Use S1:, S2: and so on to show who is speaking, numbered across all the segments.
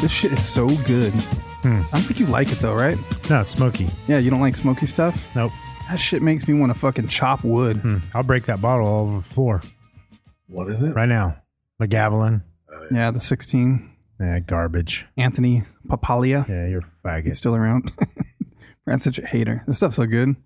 S1: This shit is so good.
S2: Hmm.
S1: I don't think you like it though, right?
S2: No, it's smoky.
S1: Yeah, you don't like smoky stuff?
S2: Nope.
S1: That shit makes me want to fucking chop wood.
S2: I'll break that bottle all over the floor
S3: What is it?
S2: right now. The Gavelin.
S1: Yeah, the 16.
S2: Yeah, garbage.
S1: Anthony Papalia.
S2: Yeah, you're a
S1: He's
S2: faggot.
S1: still around. Brand's such a hater. This stuff's so good.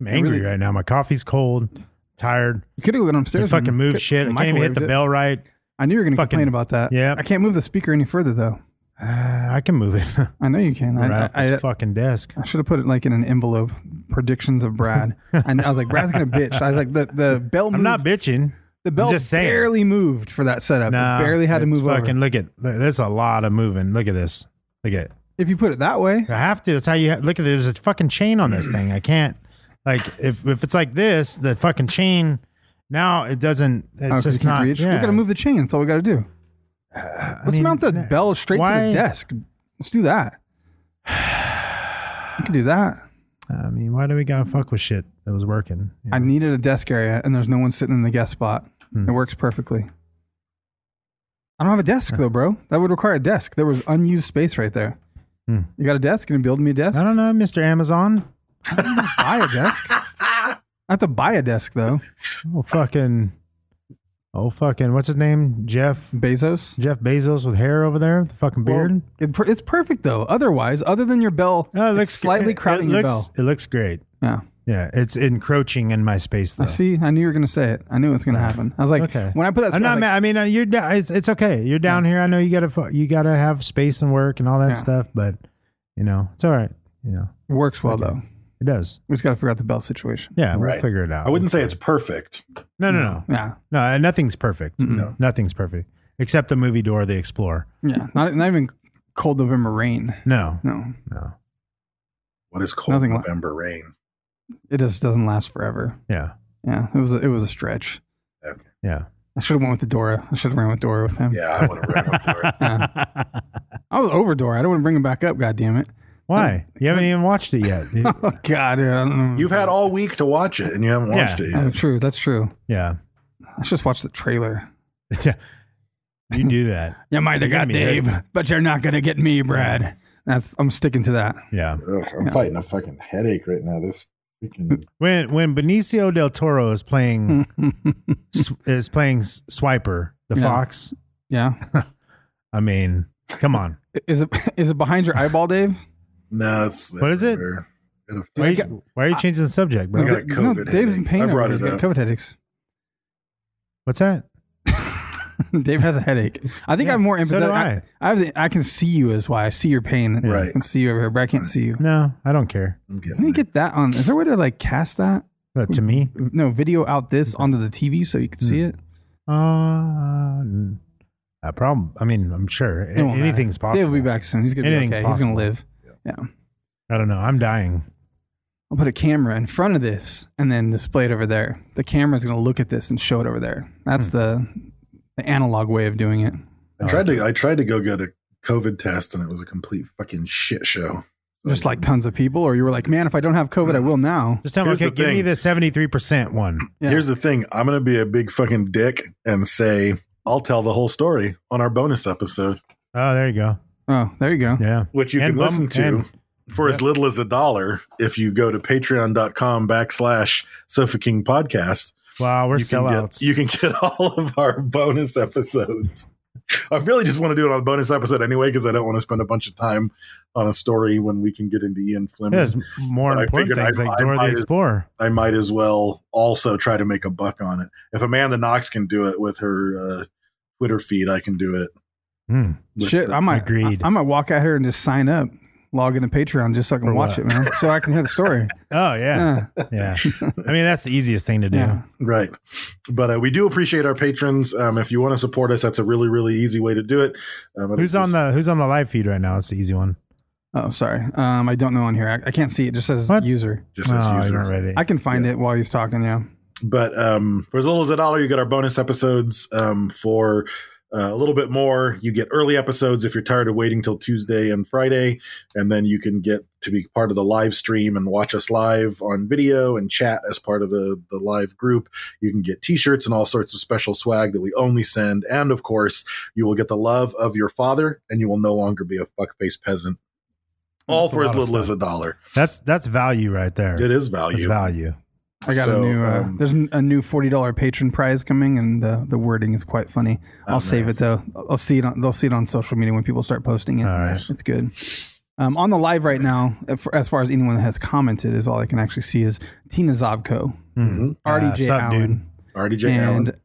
S2: I'm angry
S1: really-
S2: right now. My coffee's cold. Tired.
S1: You could have went
S2: I
S1: upstairs.
S2: fucking
S1: and
S2: move
S1: could-
S2: shit. I can't even hit
S1: microwaved
S2: the
S1: it.
S2: bell right.
S1: I knew you were going to
S2: Fucking-
S1: complain about that.
S2: yeah.
S1: I can't move the speaker any further though.
S2: Uh, I can move it
S1: I know you can. I-
S2: right off
S1: I,
S2: this
S1: I,
S2: fucking desk.
S1: I should have put it like in an envelope. Predictions of Brad. and I was like, Brad's gonna bitch. I was like, the the bell. Moved,
S2: I'm not bitching.
S1: Mm. The bell
S2: I'm just saying.
S1: barely moved for that setup.
S2: Nah,
S1: it barely had to
S2: it's
S1: move
S2: fucking,
S1: over.
S2: Look at there's a lot of moving. Look at this. Look at.
S1: If you put it that way,
S2: I have to. That's how you ha- look at. it. There's a fucking chain on this thing. I can't. Like if if it's like this, the fucking chain. Now it doesn't. It's
S1: Oh, 'cause
S2: just
S1: you can't
S2: not.
S1: reach.
S2: Yeah.
S1: We gotta move the chain. That's all we gotta do. Let's
S2: mean,
S1: mount the
S2: nah,
S1: bell straight to
S2: why-
S1: the desk. Let's do that. We can do that.
S2: I mean, why do we gotta fuck with shit that was working? You
S1: I
S2: know?
S1: needed a desk area, and there's no one sitting in the guest spot.
S2: Hmm.
S1: It works perfectly. I don't have a desk though, bro. That would require a desk. There was unused space right there.
S2: Hmm.
S1: You got a desk? Gonna build me a desk?
S2: I don't know, Mister Amazon.
S1: buy a desk. I have to buy a desk though.
S2: Oh fucking. Oh fucking. What's his name? Jeff.
S1: Bezos.
S2: Jeff Bezos with hair over there, the fucking beard.
S1: Well, it per- it's perfect though. Otherwise, other than your bell,
S2: No,
S1: it's slightly
S2: it-
S1: crowding
S2: it
S1: your
S2: looks,
S1: bell.
S2: It looks great.
S1: Yeah.
S2: Yeah, it's encroaching in my space. Though.
S1: I see. I knew you were gonna say it. I knew it was gonna happen. I was like,
S2: okay.
S1: when I put that,
S2: I'm
S1: I was
S2: not
S1: like,
S2: mad. I mean, uh, you're da- it's, it's okay. You're down here. I know you gotta fu- you gotta have space and work and all that
S1: Yeah.
S2: stuff, but you know it's all right. You know
S1: Works well
S2: Okay.
S1: though.
S2: it does.
S1: We just gotta figure out the bell situation.
S2: Yeah, we'll
S3: Right.
S2: figure it out.
S3: I wouldn't say it's perfect.
S2: No, no, no,
S1: Yeah,
S2: no. uh, Nothing's perfect.
S3: No.
S2: Nothing's perfect except the movie Dora the Explorer.
S1: yeah. Not not even cold November rain.
S2: No,
S1: No,
S2: no.
S3: What is cold
S1: Nothing like-
S3: November rain?
S1: it just doesn't last forever.
S2: Yeah,
S1: Yeah, it was a, it was a stretch.
S3: Okay.
S2: yeah.
S1: I should have went with the Dora. I should have ran with Dora with him.
S3: Yeah, I would have ran up for it.
S1: I was over Dora. I don't want to bring him back up. God damn it.
S2: Why?
S1: Mm.
S2: You haven't even watched it yet. You-
S1: Oh God, dude, I don't know.
S3: You've had all week to watch it, and you haven't watched
S2: Yeah.
S3: it
S1: Oh,
S3: yet.
S1: true. That's true.
S2: yeah,
S1: I should just watch the trailer.
S2: you do that.
S1: You might have
S2: You're gonna
S1: got
S2: be hurt.
S1: Dave, but you're not gonna get me, Brad. That's I'm sticking to that.
S2: Yeah.
S3: Ugh, I'm
S1: Yeah.
S3: fighting a fucking headache right now. This freaking
S2: When when Benicio del Toro is playing s- is playing S- Swiper the
S1: Yeah.
S2: fox,
S1: Yeah.
S2: I mean, come on.
S1: Is it is it behind your eyeball, Dave?
S3: no, it's
S2: What is it?
S3: everywhere. Got a-
S2: Why are, you, why are you changing the subject,
S3: I
S2: bro?
S3: got a COVID
S1: Dave's in
S3: headache.
S1: pain.
S3: I brought
S1: over
S3: it
S1: there. He's
S3: up.
S1: got COVID headaches.
S2: What's that?
S1: Dave has a headache. I think
S2: Yeah,
S1: I'm more empathetic.
S2: so do
S1: I, I have the, I can see you is why I see your pain.
S2: Yeah.
S3: Right.
S1: I can see you over here, but I can't see you.
S2: No, I don't care.
S3: I'm
S1: Let me
S3: getting it.
S1: get that on. Is there a way to like cast that?
S2: But to me,
S1: No, video out this onto the TV so you can see it.
S2: uh, n- a problem. I mean, I'm sure
S1: It won't matter.
S2: anything's possible.
S1: Dave will be back soon. He's gonna
S2: Anything's
S1: be okay. He's gonna
S2: possible.
S1: live. Yeah.
S2: I don't know. I'm dying.
S1: I'll put a camera in front of this and then display it over there. The camera's gonna look at this and show it over there. That's
S2: Hmm.
S1: the the analog way of doing it.
S3: I tried to. I tried to go get a COVID test, and it was a complete fucking shit show.
S1: Just like tons of people, or you were like, man, if I don't have COVID, I will now.
S2: Just tell me,
S3: Here's
S2: okay,
S3: the
S2: give me
S3: thing.
S2: the 73% one.
S1: Yeah.
S3: Here's the thing: I'm going to be a big fucking dick and say I'll tell the whole story on our bonus episode,
S2: Oh, there you go.
S1: Oh, there you go.
S2: Yeah.
S3: which you
S2: And
S3: can
S2: bum-
S3: listen to
S2: and-
S3: for as little as a dollar if you go to Patreon.com backslash Sofa King Podcast.
S2: wow, we're
S3: you can,
S2: sellouts.
S3: get, you can get all of our bonus episodes. I really just want to do it on the bonus episode anyway because I don't want to spend a bunch of time on a story when we can get into Ian Fleming.
S2: There's more
S3: But I
S2: important
S3: figured I-
S2: things like
S3: I
S2: Dora
S3: might
S2: the
S3: as-
S2: Explorer.
S3: I might as well also try to make a buck on it. If Amanda Knox can do it with her uh, Twitter feed, I can do it.
S2: Hmm.
S3: with
S1: Shit,
S3: her-
S1: I might
S2: Agreed.
S1: I, I might walk at her and just sign up, log into Patreon just so I can
S2: For
S1: watch
S2: what?
S1: it, man. So I can hear the story. Uh,
S2: Oh yeah,
S1: Yeah.
S2: yeah. I mean, that's the easiest thing to do.
S1: Yeah.
S3: Right. But uh, we do appreciate our patrons. Um, if you want to support us, that's a really, really easy way to do it. Um,
S2: Who's on the Who's on the live feed right now? It's the easy one.
S1: Oh, sorry. Um, I don't know on here. I, I can't see it. it Just says
S2: What?
S1: user.
S3: Just says
S2: Oh, I
S3: user.
S2: haven't read it.
S1: I can find it while he's talking. Yeah.
S3: but um, for as little as a dollar, you get our bonus episodes. Um, for uh, a little bit more, you get early episodes if you're tired of waiting till Tuesday and Friday, and then you can get to be part of the live stream and watch us live on video and chat as part of the the live group. You can get T-shirts and all sorts of special swag that we only send, and of course, you will get the love of your father, and you will no longer be a fuckface peasant. All
S2: That's a
S3: for as
S2: lot of
S3: little as
S2: stuff.
S3: a dollar.
S2: That's that's value right there.
S3: It is
S2: That's
S3: value.
S2: value.
S1: I got
S3: So,
S1: a new. Uh,
S3: um,
S1: there's n- a new forty dollar patron prize coming, and the the wording is quite funny. I'll save it though. I'll see it. On, they'll see it on social media when people start posting it.
S2: All right.
S1: It's good. Um, on the live right now, if- as far as anyone that has commented, is all I can actually see is Tina Zobko,
S2: Mhm.
S1: RDJ
S2: sup,
S1: Allen,
S2: dude?
S3: RDJ Allen.
S1: and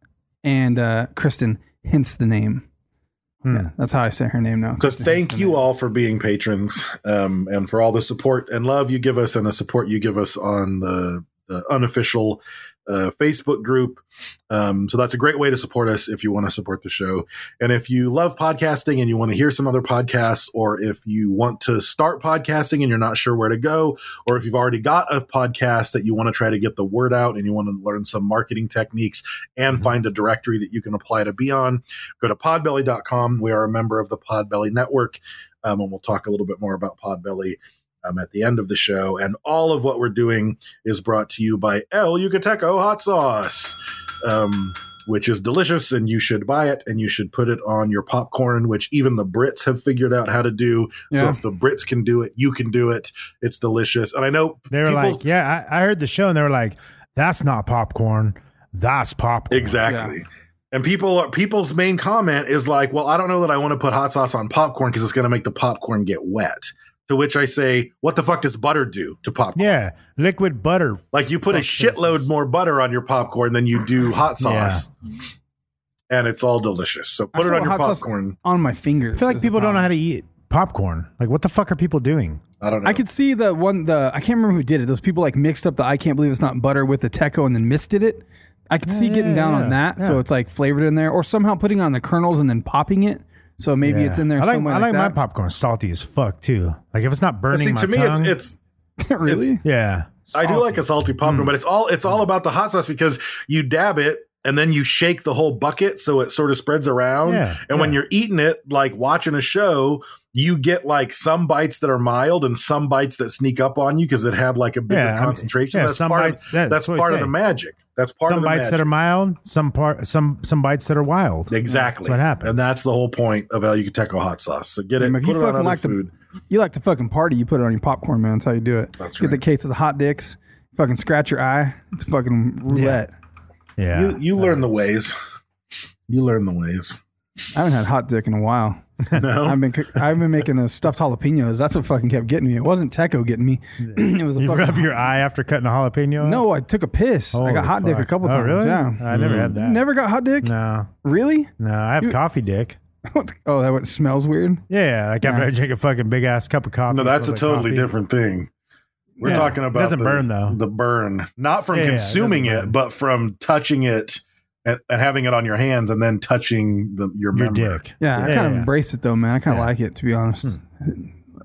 S1: and uh, Kristen. Hence the name.
S2: Hmm.
S1: Yeah, that's how I say her name now.
S3: So
S1: Kristen
S3: thank
S1: Hinson.
S3: you all for being patrons um, and for all the support and love you give us and the support you give us on the, the unofficial uh, Facebook group. Um, so that's a great way to support us if you want to support the show. And if you love podcasting and you want to hear some other podcasts, or if you want to start podcasting and you're not sure where to go, or if you've already got a podcast that you want to try to get the word out and you want to learn some marketing techniques and find a directory that you can apply to be on, go to podbelly.com. We are a member of the Podbelly Network, um, and we'll talk a little bit more about Podbelly. Um, at the end of the show, and all of what we're doing is brought to you by El Yucateco Hot Sauce, um, which is delicious, and you should buy it, and you should put it on your popcorn, which even the Brits have figured out how to do. So
S1: Yeah.
S3: if the Brits can do it, you can do it. It's delicious, and I know
S2: They were
S3: people's-
S2: like, yeah, I, I heard the show, and they were like, that's not popcorn. That's popcorn.
S3: Exactly. And people are, people's main comment is like, "Well, I don't know that I want to put hot sauce on popcorn because it's going to make the popcorn get wet." To which I say, "What the fuck does butter do to popcorn?
S2: Yeah, liquid butter.
S3: Like you put a
S2: Fuck
S3: shitload
S2: faces.
S3: more butter on your popcorn than you do hot
S2: Yeah.
S3: sauce." And it's all delicious. So
S1: I
S3: put it
S1: saw
S3: on your
S1: hot sauce
S3: popcorn.
S1: on my fingers.
S2: I feel like
S1: is the
S2: people don't know
S1: problem.
S2: how to eat popcorn. Like, what the fuck are people doing?
S3: I don't know.
S1: I could see the one the I can't remember who did it. Those people like mixed up the I can't believe it's not butter with the teco and then misted it. I could see getting
S2: yeah,
S1: down
S2: yeah,
S1: on that, so
S2: yeah.
S1: it's like flavored in there, or somehow putting on the kernels and then popping it. So maybe
S2: Yeah.
S1: it's in there
S2: I like,
S1: somewhere.
S2: I like, my
S1: that.
S2: popcorn salty as fuck too. Like if it's not burning
S3: see
S2: my
S3: to me
S2: tongue,
S3: it's it's
S1: really.
S2: yeah.
S3: I do
S2: salty. Hmm.
S3: like a salty popcorn, but it's all it's all about the hot sauce because you dab it and then you shake the whole bucket so it sort of spreads around.
S2: Yeah,
S3: and when
S2: yeah.
S3: you're eating it, like watching a show, you get like some bites that are mild and some bites that sneak up on you because it had like a bigger
S2: Yeah, I mean,
S3: concentration.
S2: yeah,
S3: that's
S2: some
S3: part
S2: bites-
S3: of,
S2: yeah,
S3: that's
S2: that's what I
S3: part of
S2: say.
S3: the magic. That's part
S2: some
S3: of the
S2: bites
S3: magic.
S2: that are mild, some part, some some bites that are wild.
S3: exactly
S2: That's what happens.
S3: and that's the whole point of El Yucateco hot sauce. So get it,
S1: Damn, if
S3: put
S1: you
S3: it on
S1: fucking
S3: other
S1: like
S3: food.
S1: to, you like to fucking party, you put it on your popcorn, man. That's how you do it.
S3: That's
S1: Get the
S3: right.
S1: case of the hot dicks. Fucking scratch your eye. It's fucking roulette.
S2: yeah.
S3: you you learn the ways. You learn the ways.
S1: I haven't had hot dick in a while.
S3: No,
S1: I've been cook- I've been making those stuffed jalapenos. That's what fucking kept getting me. It wasn't teco getting me. it was a
S2: You
S1: fucking
S2: rub your eye after cutting a jalapeno.
S1: No, I took a piss. I
S2: Holy
S1: got hot dick a
S2: fuck.
S1: couple
S2: oh,
S1: times.
S2: Really?
S1: Yeah. Mm.
S2: I never had that.
S1: Never got hot dick?
S2: No,
S1: Really?
S2: no. I have coffee dick.
S1: What the- oh, that what, smells weird.
S2: Yeah, like after I drink a fucking big ass cup of coffee.
S3: No,
S2: it
S3: that's a
S2: smells like
S3: totally
S2: coffee.
S3: different thing. We're
S2: Yeah.
S3: talking
S2: It
S3: about
S2: doesn't
S3: the,
S2: burn, though.
S3: The burn, not from
S2: Yeah, yeah, it
S3: consuming
S2: doesn't
S3: it,
S2: burn.
S3: but from touching it and, and having it on your hands, and then touching the, your
S2: Your
S3: member.
S2: dick.
S1: Yeah, I
S2: Yeah,
S1: kind of
S2: yeah. Hmm.
S1: embrace it though, man. I kind of like it to be honest.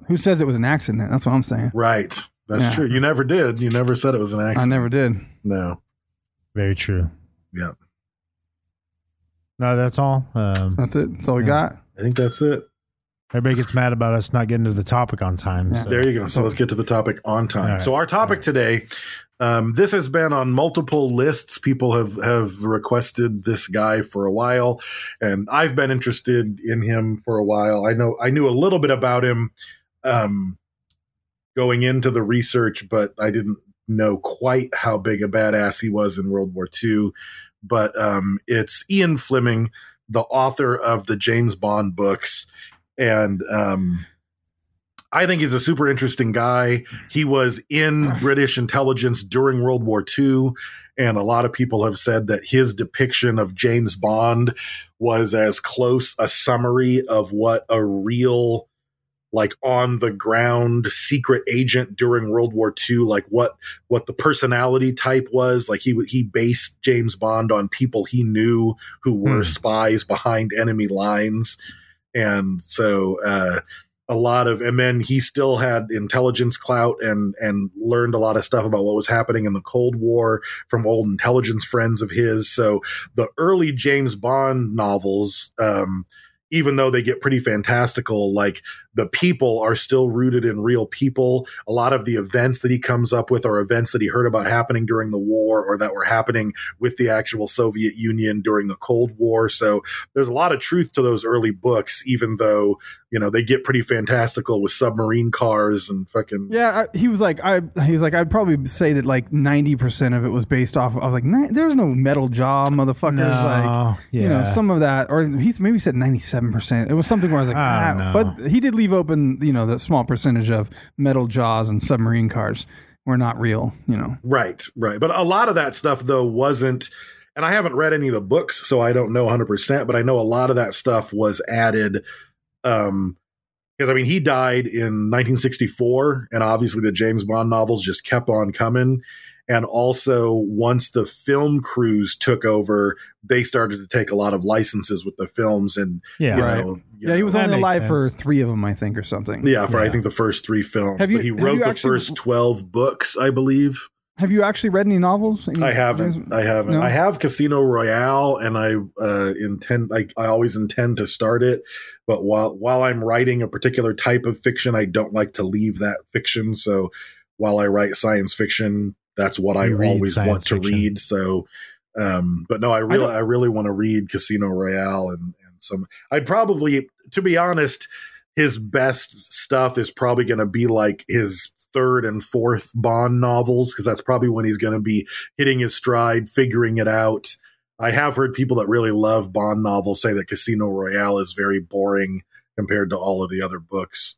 S1: Who says it was an accident? That's what I'm saying.
S3: Right, that's
S1: Yeah.
S3: true. You never did. You never said it was an
S1: I
S3: accident.
S1: never did.
S3: No.
S2: Very true.
S3: Yeah,
S2: No, that's all. Um,
S1: That's it. That's all we got.
S3: I think that's it.
S2: everybody gets mad about us not getting to the topic on time.
S1: Yeah.
S2: So.
S3: There you go. So let's get to the topic on time.
S2: All right.
S3: So our topic today, um, this has been on multiple lists. People have have requested this guy for a while, and I've been interested in him for a while. I know I knew a little bit about him um, going into the research, but I didn't know quite how big a badass he was in World War II. But um, it's Ian Fleming, the author of the James Bond books, and um, I think he's a super interesting guy. He was in British intelligence during World War II, and a lot of people have said that his depiction of James Bond was as close a summary of what a real like on the ground secret agent during World War II, like what what the personality type was. Like he w- he based James Bond on people he knew who were
S2: Hmm.
S3: spies behind enemy lines, and so uh, a lot of and then he still had intelligence clout and and learned a lot of stuff about what was happening in the Cold War from old intelligence friends of his. So the early James Bond novels. Um, even though they get pretty fantastical, like the people are still rooted in real people. A lot of the events that he comes up with are events that he heard about happening during the war or that were happening with the actual Soviet Union during the Cold War. So there's a lot of truth to those early books, even though, you know, they get pretty fantastical with submarine cars and fucking.
S1: Yeah, I, he was like, I he was like, I'd probably say that like ninety percent of it was based off. I was like, "Ni- there's no metal jaw, motherfuckers.
S2: No,
S1: like, you know,
S2: yeah.
S1: some of that, or he's maybe said ninety seven percent. It was something where I was like, ah,
S2: I don't know.
S1: but he did leave open, you know, that small percentage of metal jaws and submarine cars were not real. You know,
S3: Right, right. But a lot of that stuff, though, wasn't. And I haven't read any of the books, so I don't know 100%, but I know a lot of that stuff was added. Um, because I mean, he died in 1964, and obviously the James Bond novels just kept on coming. And also, once the film crews took over, they started to take a lot of licenses with the films, and
S2: Yeah.
S3: you
S1: Right.
S3: know, you
S1: yeah, he
S3: know,
S1: was
S2: That
S1: only
S2: makes
S1: alive for
S2: sense.
S1: three of them, I think, or something.
S3: yeah for I think the first three films.
S1: Have you-
S3: but he
S1: have you
S3: wrote the
S1: actually-
S3: first 12 books, I believe.
S1: Have you actually read any novels? Any-
S3: I haven't. I haven't.
S1: No?
S3: I have Casino Royale, and I uh, intend. I, I always intend to start it, but while while I'm writing a particular type of fiction, I don't like to leave that fiction. So while I write science fiction, that's what I
S2: You read
S3: always
S2: science
S3: want to
S2: fiction.
S3: read. So, um, but no, I really,
S2: don't-
S3: I, really want to read Casino Royale and and some. I'd probably, to be honest, his best stuff is probably going to be like his third and fourth Bond novels because that's probably when he's going to be hitting his stride, figuring it out. I have heard people that really love Bond novels say that Casino Royale is very boring compared to all of the other books.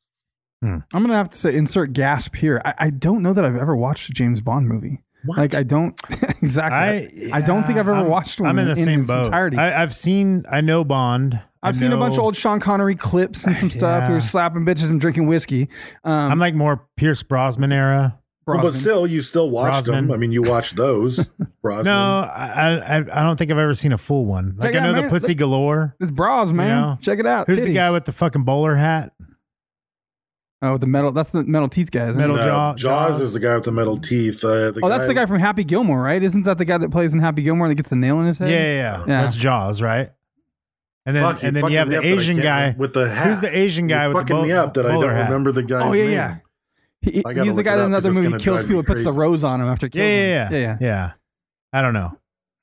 S1: I'm gonna have to say insert gasp here. I, I don't know that I've ever watched a James Bond movie. Like I don't exactly. I, don't think I've ever
S2: I'm-
S1: watched one.
S2: I'm in the same
S1: its
S2: boat.
S1: entirety. I,
S2: I, I've seen. I know Bond. I
S1: have seen a bunch of
S2: know-
S1: old Sean Connery clips and some stuff. He
S2: Yeah.
S1: was slapping bitches and drinking whiskey. Um,
S2: I'm like more Pierce Brosnan era.
S1: Brosnan.
S3: But still, you still watched them.
S2: Brosnan.
S3: I mean, you watched those. Brosnan.
S2: No, I, I I don't think I've ever seen a full one. Like
S1: Check it
S2: I know
S1: out,
S2: the
S1: man.
S2: Pussy
S1: Look-
S2: Galore.
S1: it's bras, man.
S2: know?
S1: Check it out.
S2: Who's the
S1: Titties.
S2: guy with the fucking bowler hat?
S1: oh with the metal? That's the metal teeth guy. Isn't it?
S2: Metal-
S3: No,
S2: Jaw-
S3: Jaws,
S2: Jaws.
S3: is the guy with the metal teeth. Uh,
S1: Oh, that's the guy from Happy Gilmore, right? Isn't that the guy that plays in Happy Gilmore that gets the nail in his
S2: Yeah,
S1: head?
S2: yeah, yeah. That's Jaws, right? And then
S3: Fuck, you
S2: and then you
S3: fucking
S2: have
S3: me
S2: the
S3: up that I
S2: Asian
S3: can't-
S2: guy
S3: with the hat.
S2: Who's the Asian guy
S3: You're
S2: with the
S3: fucking
S2: bowl-
S3: me up that I
S2: bowler
S3: don't
S2: hat?
S3: remember the guy's
S1: Oh yeah,
S3: name.
S1: yeah. He,
S3: I gotta
S1: he's the
S3: look it
S1: guy
S3: up
S1: in that
S3: 'cause
S1: other
S3: it's
S1: movie
S3: gonna
S1: kills
S3: drive me
S1: people, puts the
S3: crazy.
S1: rose on him after
S2: Yeah,
S1: killing
S2: yeah,
S1: him.
S2: yeah, yeah, I don't know.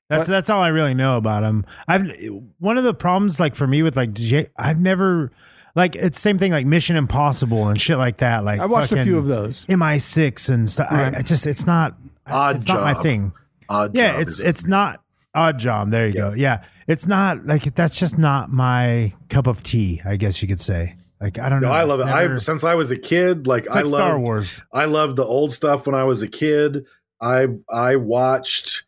S2: That's
S1: What-
S2: that's all I really know about him. I've one of the problems like for me with like J, I've never like it's same thing like Mission Impossible and shit like that. Like
S1: I watched a
S2: fucking
S1: few of those.
S2: MI6 and stuff. I-
S1: Right.
S2: I, just it's not
S3: Odd
S2: it's not my
S3: Job.
S2: thing.
S3: Odd
S2: yeah,
S3: Job
S2: it's
S3: is-
S2: it's not odd job. There you go. Yeah, it's not like that's just not my cup of tea. I guess you could say. Like I don't
S3: No,
S2: know.
S3: I love it.
S2: It's
S3: I
S2: never-
S3: since I was a kid, like
S2: it's
S3: I
S2: like
S3: loved
S2: Star Wars.
S3: I loved the old stuff when I was a kid. I I watched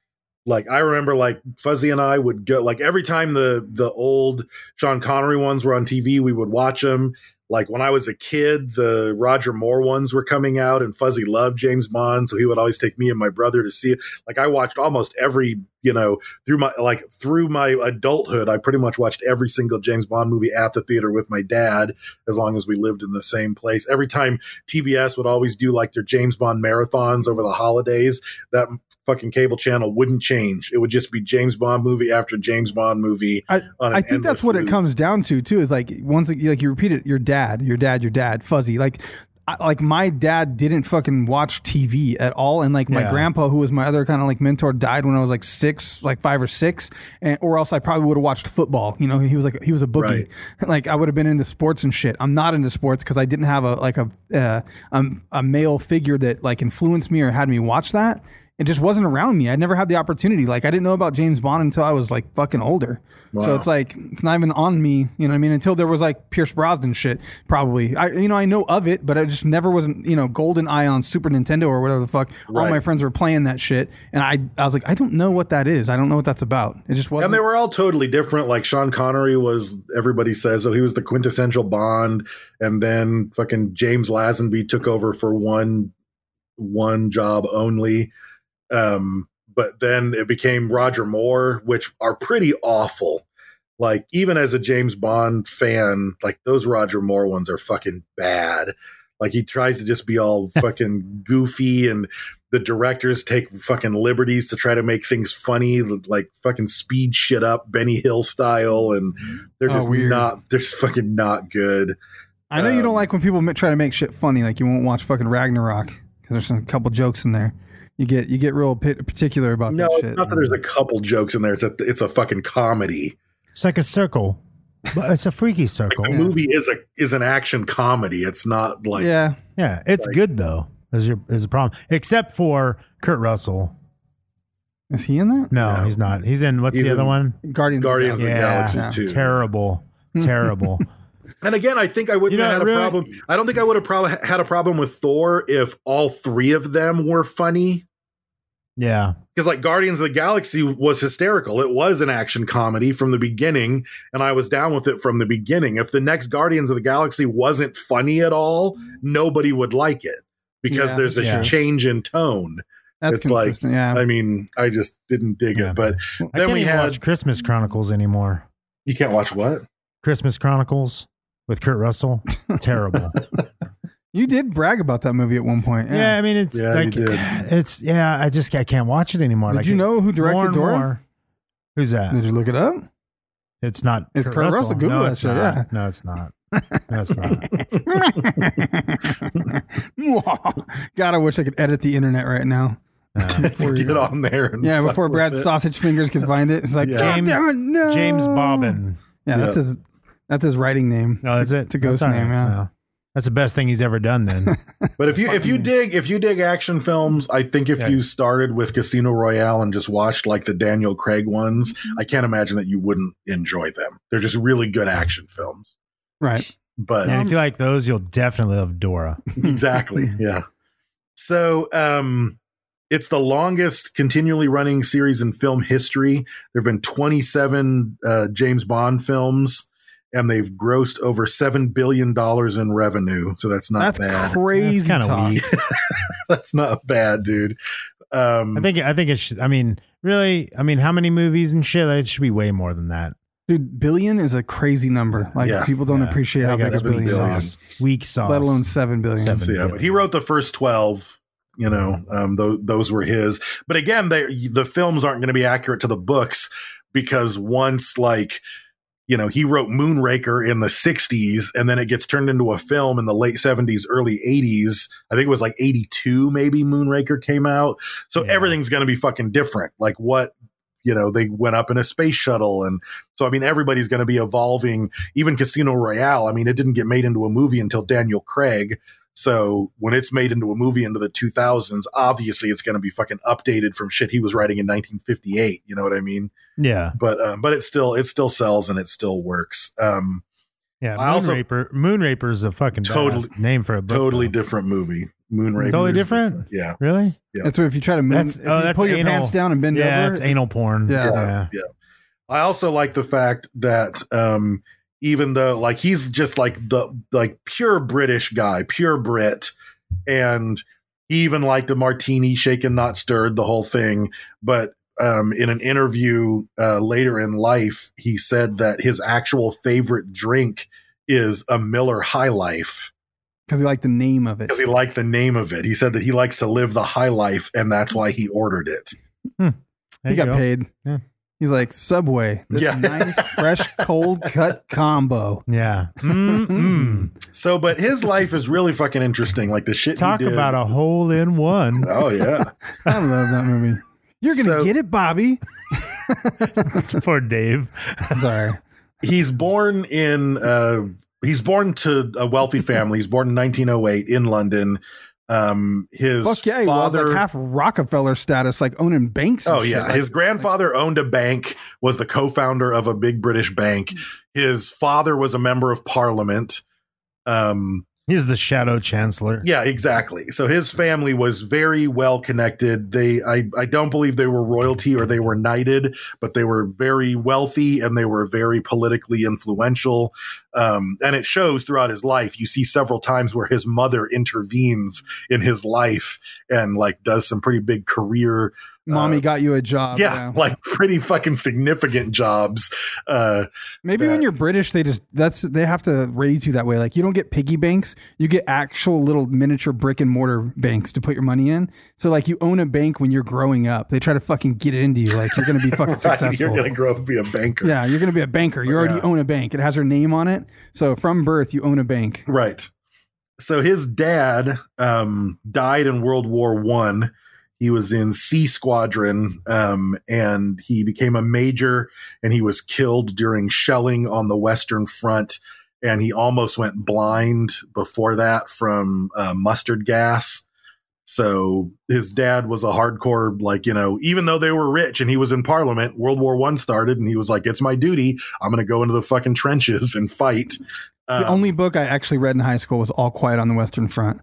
S3: like I remember like Fuzzy and I would go like every time the the old Sean Connery ones were on TV, we would watch them. Like when I was a kid, the Roger Moore ones were coming out, and Fuzzy loved James Bond, so he would always take me and my brother to see it. Like I watched almost every, you know, through my like through my adulthood, I pretty much watched every single James Bond movie at the theater with my dad, as long as we lived in the same place. Every time TBS would always do like their James Bond marathons over the holidays. That fucking cable channel wouldn't change. It would just be James Bond movie after James Bond movie.
S1: I,
S3: on an
S1: I think
S3: endless
S1: that's what
S3: loop.
S1: it comes down to too. Is like once it- like you repeat it, your dad, your dad, your dad, fuzzy. Like I, like my dad didn't fucking watch TV at all, and like my
S2: Yeah.
S1: grandpa, who was my other kind of like mentor, died when I was like six, like five or six, and or else I probably would have watched football. You know, he was like he was a bookie. Like I would have been into sports and shit. I'm not into sports because I didn't have a like a uh, um, a male figure that like influenced me or had me watch that. it just wasn't around me. I never had the opportunity. Like I didn't know about James Bond until I was like fucking older. So it's like it's not even on me, you know what I mean? Until there was like Pierce Brosnan shit, probably. I you know I know of it, but I just never wasn't you know Golden Eye on Super Nintendo or whatever the fuck. All
S3: Right.
S1: my friends were playing that shit, and I I was like I don't know what that is. I don't know what that's about. It just wasn't.
S3: And they were all totally different. Like Sean Connery was, everybody says, oh, he was the quintessential Bond, and then fucking James Lazenby took over for one one job only. Um, but then it became Roger Moore, which are pretty awful. Like even as a James Bond fan, like those Roger Moore ones are fucking bad. Like he tries to just be all fucking goofy and the directors take fucking liberties to try to make things funny, like fucking speed shit up Benny Hill style, and they're
S1: Oh,
S3: just
S1: weird.
S3: not they're just fucking not good.
S1: I know you
S3: um,
S1: don't like when people ma- try to make shit funny. Like you won't watch fucking Ragnarok because there's some- a couple jokes in there. You get you get real pit- particular about
S3: No,
S1: that
S3: it's
S1: shit.
S3: not that there's a couple jokes in there. It's a it's a fucking comedy.
S2: It's like a circle, but it's a freaky
S1: Oh,
S2: circle.
S3: The movie is a is an action comedy. It's not like
S1: yeah,
S2: Yeah, it's good though. Is your is a problem except for Kurt Russell?
S1: is he in that?
S2: No, he's not. He's in what's
S3: He's
S2: the other
S3: in-
S2: one?
S1: Guardians.
S3: Guardians
S1: Of the
S3: of
S2: Yeah.
S3: the Galaxy too.
S2: Terrible, terrible.
S3: And again, I think I wouldn't
S2: You know,
S3: have had
S2: it
S3: a
S2: really-
S3: problem. I don't think I would have probably had a problem with Thor if all three of them were funny.
S2: yeah,
S3: because like Guardians of the Galaxy was hysterical. It was an action comedy from the beginning, and I was down with it from the beginning. If the next Guardians of the Galaxy wasn't funny at all, nobody would like it because
S1: Yeah,
S3: there's a
S2: yeah.
S3: change in tone.
S1: That's
S3: it's like,
S1: consistent, yeah.
S3: I mean, I just didn't dig
S2: Yeah.
S3: it. But
S2: I
S3: then
S2: can't
S3: we
S2: even
S3: had
S2: watch Christmas Chronicles anymore.
S3: you can't watch what?
S2: Christmas Chronicles with Kurt Russell, terrible.
S1: You did brag about that movie at one point. Yeah.
S2: yeah, I mean it's
S3: Yeah, you
S2: like
S3: did.
S2: it's yeah. I just I can't watch it anymore.
S1: Did
S2: Like,
S1: you know who directed
S2: more and
S1: Dora?
S2: more- Who's that?
S1: Did you look it up?
S2: It's not.
S1: It's Kurt Russell. Google
S2: no,
S1: that
S2: it's
S1: shit,
S2: not.
S1: yeah.
S2: No, it's not. No, it's not.
S1: God, I wish I could edit the internet right now. Before you-
S3: Get on there. And
S1: yeah,
S3: fuck
S1: before
S3: with
S1: Brad's
S3: it.
S1: sausage fingers could find it. It's like, God
S2: James,
S1: damn it, no.
S2: James Bobbin.
S1: Yeah, that's
S3: Yeah.
S1: his. That's his writing name.
S2: No, that's it.
S1: It's a ghost
S2: That's all
S1: name.
S2: right.
S1: Yeah.
S2: No. That's the best thing he's ever done. Then
S3: But if you if you dig if you dig action films, I think if
S2: Yeah.
S3: you started with Casino Royale and just watched like the Daniel Craig ones, I can't imagine that you wouldn't enjoy them. They're just really good action films.
S1: Right.
S3: But
S2: and if you like those, you'll definitely love Dora.
S3: exactly, yeah. So, um it's the longest continually running series in film history. There've been 27 uh, James Bond films and they've grossed over 7 billion dollars in revenue. So that's not
S1: That's
S3: bad.
S1: crazy
S2: That's kinda
S1: talk.
S2: weak.
S3: that's not bad, dude. Um
S2: I think. I think it should. I mean, really. I mean, how many movies and shit? It should be way more than that.
S1: Dude, billion is a crazy number. Like
S3: Yeah.
S1: people don't
S2: Yeah.
S1: appreciate
S2: I
S1: how
S2: think
S1: big a
S2: that's
S1: billion
S2: weak
S1: is,
S3: billion.
S2: sauce. Weak sauce.
S1: let alone seven billion.
S2: Seven.
S3: So, yeah, but he wrote the first twelve. You know, um, tho- those were his. But again, they, the films aren't going to be accurate to the books because once, like, you know, he wrote Moonraker in the '60s, and then it gets turned into a film in the late '70s, early '80s. I think it was like '82, maybe Moonraker came out. So
S2: Yeah.
S3: everything's going to be fucking different. Like what. You know, they went up in a space shuttle. And so, I mean, everybody's going to be evolving. Even Casino Royale, I mean, it didn't get made into a movie until Daniel Craig. So when it's made into a movie into the 2000s, obviously it's going to be fucking updated from shit he was writing in 1958. You know what I mean?
S2: Yeah.
S3: But um, but it still it still sells and it still works. Um,
S2: Yeah.
S3: I also-
S2: Moonraper. Moonraper is a fucking
S3: Totally-
S2: badass name for a book.
S3: totally
S2: though.
S3: different movie. Moonraker.
S2: Totally
S3: is
S2: different?
S3: Yeah.
S2: Really?
S1: That's where if you try to move,
S2: That's
S1: if
S2: oh,
S1: you
S2: that's
S1: pull your
S2: anal.
S1: pants down and bend
S2: yeah,
S1: over.
S2: it's anal porn.
S1: Yeah.
S3: Yeah. yeah. I also like the fact that um, even though like he's just like the like pure British guy, pure Brit, and he even like the martini shaken not stirred the whole thing. But um, in an interview uh, later in life, he said that his actual favorite drink is a Miller High Life
S1: because he liked the name of it.
S3: because he liked the name of it. He said that he likes to live the high life, and that's why he ordered it.
S2: There
S1: He
S2: you
S1: got
S2: go.
S1: paid.
S2: Yeah.
S1: He's like Subway. This
S3: Yeah.
S1: nice, fresh, cold cut combo.
S2: Yeah. Mm, mm.
S3: So, but his life is really fucking interesting. Like the shit. he
S2: Talk
S3: did-
S2: about a hole in one.
S3: Oh yeah.
S1: I love that movie. You're gonna
S3: So-
S1: get it, Bobby.
S2: for Dave.
S1: Sorry.
S3: he's born in uh he's born to a wealthy family. He's born in 1908 in oh London. Um, his
S1: Fuck yeah, he
S3: father.
S1: was like half Rockefeller status, like owning banks. and
S3: Oh
S1: shit.
S3: yeah,
S1: Like,
S3: his grandfather owned a bank, was the co-founder of a big British bank. His father was a member of parliament. Um
S2: He's the shadow chancellor.
S3: yeah, exactly. So his family was very well connected. They I I don't believe they were royalty or they were knighted, but they were very wealthy and they were very politically influential. Um and it shows throughout his life. You see several times where his mother intervenes in his life and like does some pretty big career uh,
S1: mommy got you a job.
S3: yeah, like pretty fucking significant jobs. Uh,
S1: Maybe when you're British, they just that's they have to raise you that way. Like you don't get piggy banks, you get actual little miniature brick and mortar banks to put your money in. So like you own a bank when you're growing up. They try to fucking get it into you, like you're gonna be fucking successful.
S3: you're gonna grow up and be a banker,
S1: yeah, you're gonna be a banker. You already
S3: Yeah.
S1: own a bank. It has her name on it. So from birth, you own a bank.
S3: right? So his dad um, died in World War One. He was in C Squadron, um, and he became a major, and he was killed during shelling on the Western Front. And he almost went blind before that from uh, mustard gas. So his dad was a hardcore, like, you know, even though they were rich and he was in parliament, World War One started and he was like, it's my duty. I'm going to go into the fucking trenches and fight.
S1: the
S3: Um,
S1: only book I actually read in high school was All Quiet on the Western Front.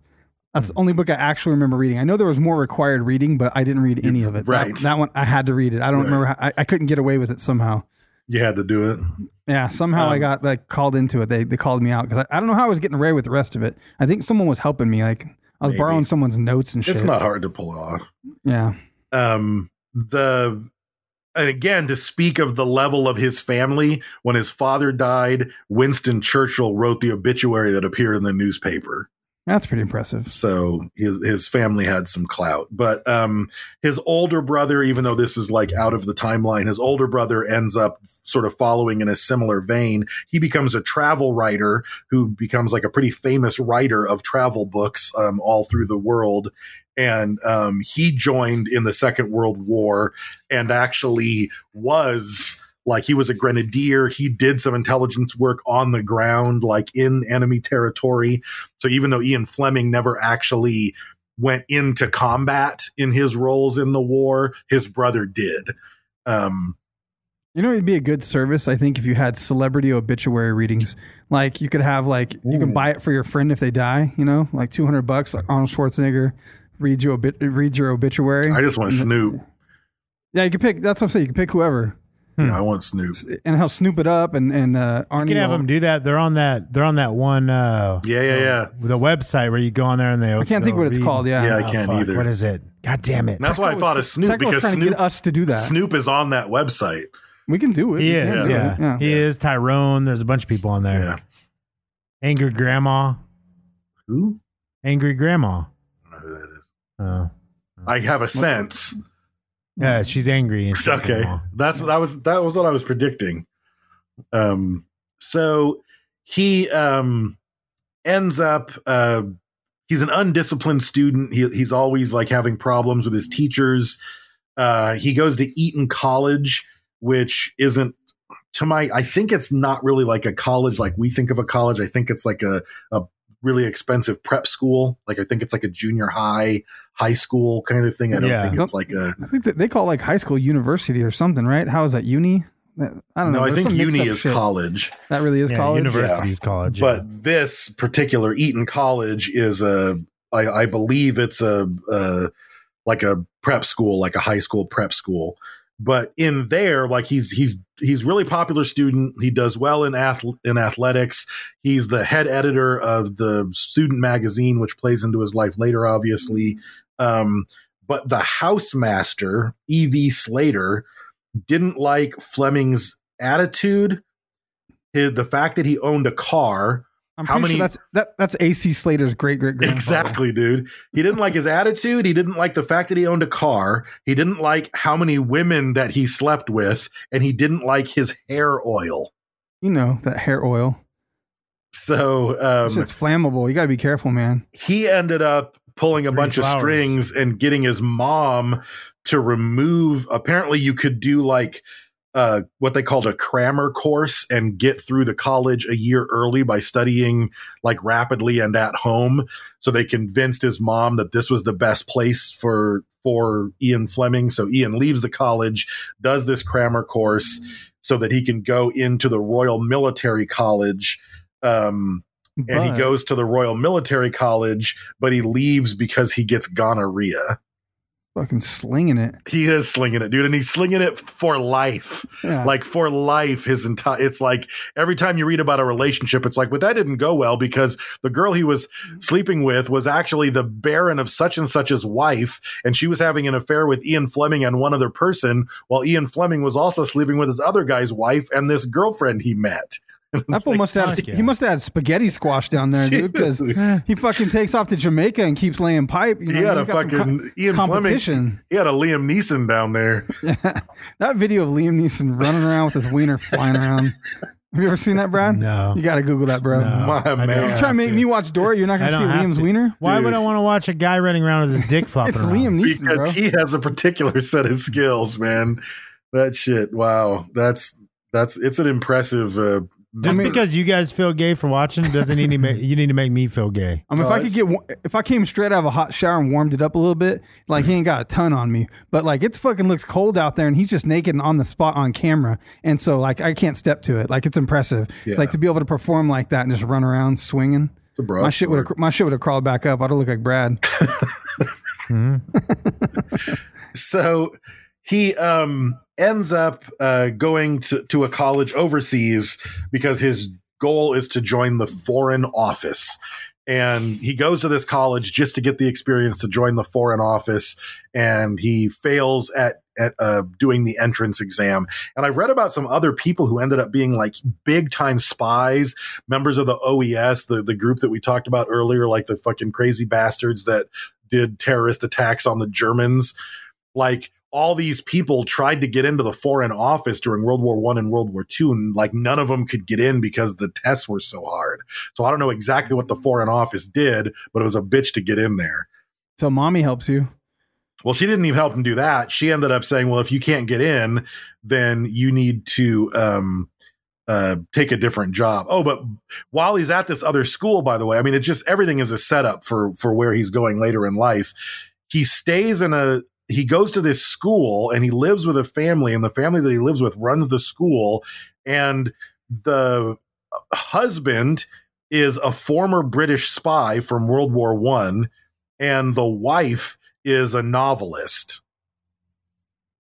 S1: That's the only book I actually remember reading. I know there was more required reading, but I didn't read any of it. That-
S3: Right.
S1: That, one I had to read it. I don't
S3: Right.
S1: remember. How, I, I couldn't get away with it somehow.
S3: You had to do it.
S1: Yeah, somehow
S3: Um,
S1: I got like called into it. They they called me out because I, I don't know how I was getting away with the rest of it. I think someone was helping me. Like I was borrowing someone's notes and shit.
S3: It's not hard to pull off.
S1: Yeah.
S3: um the and again to speak of the level of his family when his father died winston churchill wrote the obituary that appeared in the newspaper
S1: That's pretty impressive.
S3: so his his family had some clout but um his older brother even though this is like out of the timeline his older brother ends up sort of following in a similar vein he becomes a travel writer who becomes like a pretty famous writer of travel books um, all through the world and um, he joined in the second world war and actually was like he was a grenadier he did some intelligence work on the ground like in enemy territory so even though Ian Fleming never actually went into combat in his roles in the war, his brother did. Um,
S1: You know, it'd be a good service, I think, if you had celebrity obituary readings. Like you could have like you can buy it for your friend if they die. You know, like two hundred bucks. Like Arnold Schwarzenegger reads your obit- reads your obituary.
S3: I just want
S1: Mm-hmm.
S3: Snoop.
S1: yeah, you can pick. That's what I'm saying. You can pick whoever,
S3: You know, I want Snoop.
S1: and he'll snoop it up and and uh, Arnie.
S2: You can have
S1: will-
S2: them do that. They're on that. They're on that one. Uh,
S3: Yeah, yeah, yeah.
S2: The website where you go on there and they. Oh,
S1: I can't think what it's called. Oh, Yeah. Oh,
S3: Yeah, I can't
S2: fuck,
S3: either.
S2: What is it? God damn it!
S3: And that's why I thought of Snoop
S1: Techno's
S3: because
S1: trying to
S3: Snoop
S1: get us to do that.
S3: Snoop is on that website.
S1: We can do it.
S2: He
S1: We can
S2: is.
S1: do it.
S2: Yeah. he is. Tyrone. There's a bunch of people on there.
S3: Yeah.
S2: Angry grandma.
S3: Who?
S2: Angry grandma.
S3: I don't know who that is.
S2: Oh.
S3: I have a sense.
S2: Yeah, she's angry. And she's
S3: Okay,
S2: grandma.
S3: that's that was that was what I was predicting. Um, so he um ends up uh he's an undisciplined student. He he's always like having problems with his teachers. Uh, he goes to Eton College, which isn't to my I think it's not really like a college like we think of a college. I think it's like a a really expensive prep school. Like I think it's like a junior high, high school kind of thing. I don't
S2: Yeah.
S3: think it's like a
S1: I think that they call it like high school university or something, right? How is that uni? That- I don't know.
S3: No, I
S1: There's
S3: think
S1: some mixed
S3: uni
S1: up
S3: is
S1: shit.
S3: college,
S1: That really is
S2: Yeah,
S1: college.
S2: University's college. yeah.
S3: but this particular Eton College is a, I, I believe it's a, a, like a prep school, like a high school prep school. But in there, like he's he's he's really popular student. He does well in ath- in athletics. He's the head editor of the student magazine, which plays into his life later, obviously.
S1: Mm-hmm.
S3: Um, but the housemaster, E.V. Slater, didn't like Fleming's attitude, his, the fact that he owned a car.
S1: I'm
S3: How many-
S1: pretty Sure that's that, that's AC Slater's great great grandfather.
S3: Exactly, dude. He didn't like his attitude. He didn't like the fact that he owned a car. He didn't like how many women that he slept with, and he didn't like his hair oil.
S1: You know that hair oil.
S3: So
S1: It's
S3: um,
S1: flammable. You got to be careful, man.
S3: he ended up pulling a
S2: Three
S3: bunch of
S2: flowers.
S3: strings and getting his mom to remove apparently you could do like uh, what they called a crammer course and get through the college a year early by studying like rapidly and at home. So they convinced his mom that this was the best place for for Ian Fleming. So Ian leaves the college, does this crammer course so that he can go into the Royal Military College. Um, and he
S1: But-
S3: goes to the Royal Military College, but he leaves because he gets gonorrhea.
S1: Fucking slinging it.
S3: He is slinging it, dude, and he's slinging it for life.
S1: Yeah.
S3: Like for life, his entire. It's like every time you read about a relationship, it's like, but that didn't go well because the girl he was sleeping with was actually the Baron of such and such's wife, and she was having an affair with Ian Fleming and one other person, while Ian Fleming was also sleeping with his other guy's wife and this girlfriend he met. And it's
S1: That fool
S3: like,
S1: must have
S2: fuck yeah.
S1: he must have had spaghetti squash down there, dude, because he fucking takes off to Jamaica and keeps laying pipe. You know,
S3: he had
S1: he's
S3: a
S1: got some
S3: fucking
S1: co-
S3: Ian Fleming.
S1: competition.
S3: He had a Liam Neeson down there.
S1: That video of Liam Neeson running around with his wiener flying around. Have you ever seen that, Brad?
S2: No.
S1: You gotta Google that, bro.
S3: My man.
S1: You try to make me watch Dory, you're not
S2: I
S1: gonna see
S2: don't have
S1: Liam's
S2: to.
S1: wiener.
S2: Why would
S3: Dude.
S2: I want to watch a guy running around with his dick flopping
S1: It's
S2: around?
S1: Liam Neeson,
S3: because
S1: bro.
S3: he has a particular set of skills, man. That shit, wow, that's that's it's an impressive. Uh,
S2: Just
S1: I mean-
S2: because you guys feel gay for watching doesn't need to make you need to make me feel gay.
S1: I mean, if I could get, wa- if I came straight out of a hot shower and warmed it up a little bit, like he ain't got a ton on me, but like it's fucking looks cold out there and he's just naked and on the spot on camera. And so like, I can't step to it. Like it's impressive.
S3: Yeah.
S1: Like to be able to perform like that and just run around swinging.
S3: It's a broadsword.
S1: My shit would have, my shit would have crawled back up. I'd have looked like Brad.
S3: so he um ends up uh going to, to a college overseas because his goal is to join the foreign office and he goes to this college just to get the experience to join the foreign office and he fails at at uh, doing the entrance exam and i read about some other people who ended up being like big time spies members of the oes the, the group that we talked about earlier like the fucking crazy bastards that did terrorist attacks on the germans like all these people tried to get into the foreign office during World War One and World War Two, and like none of them could get in because the tests were so hard. So I don't know exactly what the foreign office did, but it was a bitch to get in there.
S1: So mommy helps you.
S3: Well, she didn't even help him do that. She ended up saying, "Well, if you can't get in, then you need to um, uh, take a different job." Oh, but while he's at this other school, by the way, I mean, it just everything is a setup for for where he's going later in life. He stays in a he goes to this school and he lives with a family, and the family that he lives with runs the school, and the husband is a former British spy from World War One, and the wife is a novelist.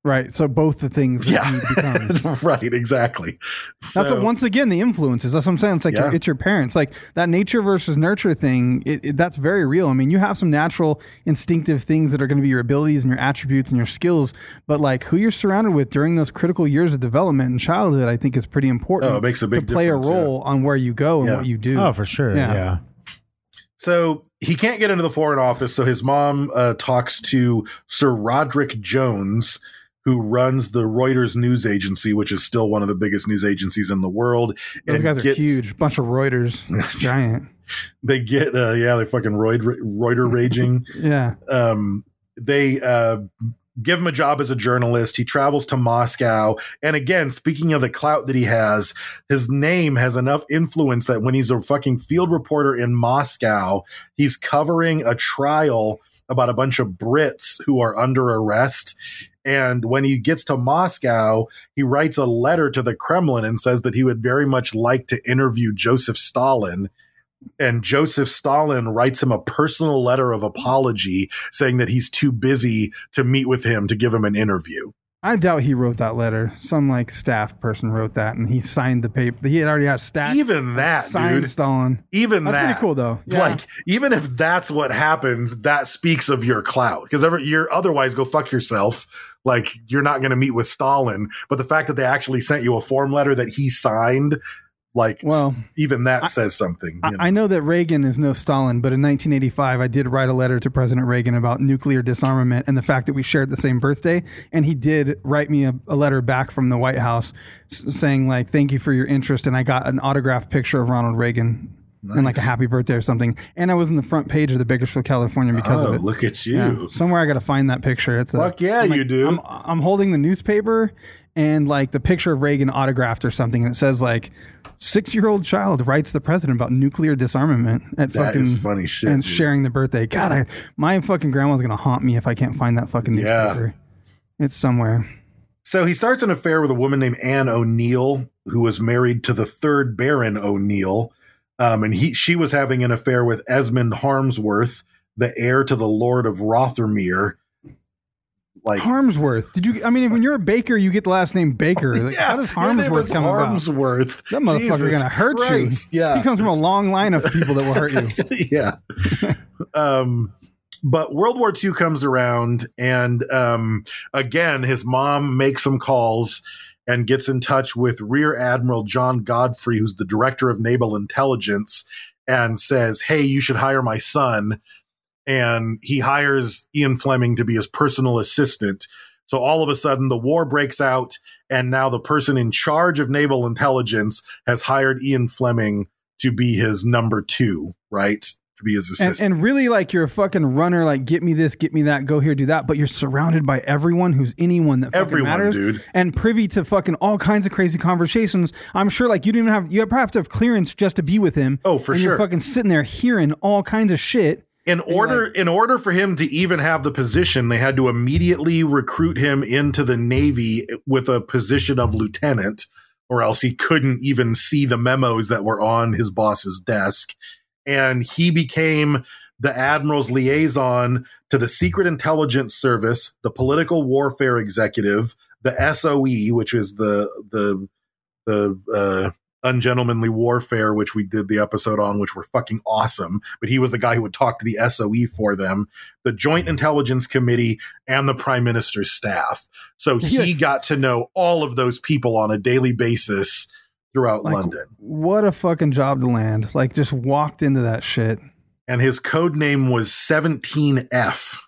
S1: Right. So both the things that
S3: Yeah.
S1: he becomes.
S3: right, exactly.
S1: That's
S3: So-
S1: what once again the influences. That's what I'm saying. It's like
S3: Yeah.
S1: your, it's your parents. Like that nature versus nurture thing. It, it, that's very real. I mean, you have some natural instinctive things that are going to be your abilities and your attributes and your skills. But like who you're surrounded with during those critical years of development and childhood, I think is pretty important.
S3: Oh, it makes a big
S1: to play a
S3: difference, yeah.
S1: role on where you go and
S3: Yeah.
S1: what you do.
S2: Oh, for sure.
S1: Yeah.
S2: Yeah.
S3: So he can't get into the Foreign Office. So his mom uh, talks to Sir Roderick Jones, who runs the Reuters news agency, which is still one of the biggest news agencies in the world.
S1: Those
S3: and
S1: guys are
S3: gets-
S1: huge. Bunch of Reuters, giant.
S3: They get, uh, yeah, they fucking roid, Reuter raging.
S1: Yeah.
S3: um, they uh, give him a job as a journalist. He travels to Moscow. And again, speaking of the clout that he has, his name has enough influence that when he's a fucking field reporter in Moscow, he's covering a trial about a bunch of Brits who are under arrest. And when he gets to Moscow, he writes a letter to the Kremlin and says that he would very much like to interview Joseph Stalin and Joseph Stalin writes him a personal letter of apology saying that he's too busy to meet with him to give him an interview.
S1: I doubt he wrote that letter. Some like staff person wrote that, and he signed the paper. He had already had stacked.
S3: Even that,
S1: signed
S3: dude.
S1: Stalin.
S3: Even
S1: That's
S3: that,
S1: pretty cool, though. Yeah.
S3: Like, even if that's what happens, that speaks of your clout because ever you're otherwise go fuck yourself. Like, you're not going to meet with Stalin. But the fact that they actually sent you a form letter that he signed, like,
S1: Well,
S3: even that
S1: I-
S3: says something.
S1: I,
S3: you know?
S1: I know that Reagan is no Stalin, but in 1985, I did write a letter to President Reagan about nuclear disarmament and the fact that we shared the same birthday. And he did write me a, a letter back from the White House s- saying, like, thank you for your interest. And I got an autographed picture of Ronald Reagan and like a
S3: Nice.
S1: happy birthday or something. And I was in the front page of the Bakersfield, California because
S3: Oh,
S1: of it.
S3: look at you.
S1: Yeah. Somewhere I got to find that picture. It's
S3: Fuck
S1: a,
S3: yeah,
S1: I'm
S3: you do.
S1: I'm, I'm holding the newspaper and like the picture of Reagan autographed or something, and it says like six year old child writes the president about nuclear disarmament at
S3: That
S1: fucking
S3: is funny shit,
S1: and
S3: dude.
S1: sharing the birthday. God, I, my fucking grandma's gonna haunt me if I can't find that fucking
S3: Yeah.
S1: newspaper. It's somewhere.
S3: So he starts an affair with a woman named Anne O'Neill, who was married to the third Baron O'Neill. Um, and he, she was having an affair with Esmond Harmsworth, the heir to the Lord of Rothermere. Like,
S1: Harmsworth. Did you? I mean, when you're a baker, you get the last name Baker. Like, how does
S3: your name is
S1: Harmsworth come about?
S3: Harmsworth.
S1: That motherfucker
S3: Jesus
S1: gonna hurt
S3: Christ,
S1: you.
S3: Yeah.
S1: He comes from a long line of people that will hurt you.
S3: yeah. um, but World War II comes around, and um, again, his mom makes some calls and gets in touch with Rear Admiral John Godfrey, who's the director of naval intelligence, and says, Hey, you should hire my son. And he hires Ian Fleming to be his personal assistant. So all of a sudden, the war breaks out, and now the person in charge of naval intelligence has hired Ian Fleming to be his number two, right? To be his assistant.
S1: and, and really like you're a fucking runner like get me this get me that go here do that but you're surrounded by everyone who's anyone that fucking
S3: Everyone,
S1: matters
S3: dude.
S1: and privy to fucking all kinds of crazy conversations i'm sure like you didn't even have you probably have to have clearance just to be with him
S3: Oh, for
S1: and
S3: sure.
S1: you're fucking sitting there hearing all kinds of shit
S3: in order
S1: like-
S3: in order for him to even have the position they had to immediately recruit him into the navy with a position of lieutenant or else he couldn't even see the memos that were on his boss's desk and he became the admiral's liaison to the secret intelligence service the political warfare executive the SOE which is the the the uh Ungentlemanly Warfare, which we did the episode on, which were fucking awesome. But he was the guy who would talk to the SOE for them, the Joint Intelligence Committee, and the Prime Minister's staff. So he got to know all of those people on a daily basis throughout
S1: Like,
S3: London.
S1: what a fucking job to land like just walked into that shit
S3: And his code name was 17F.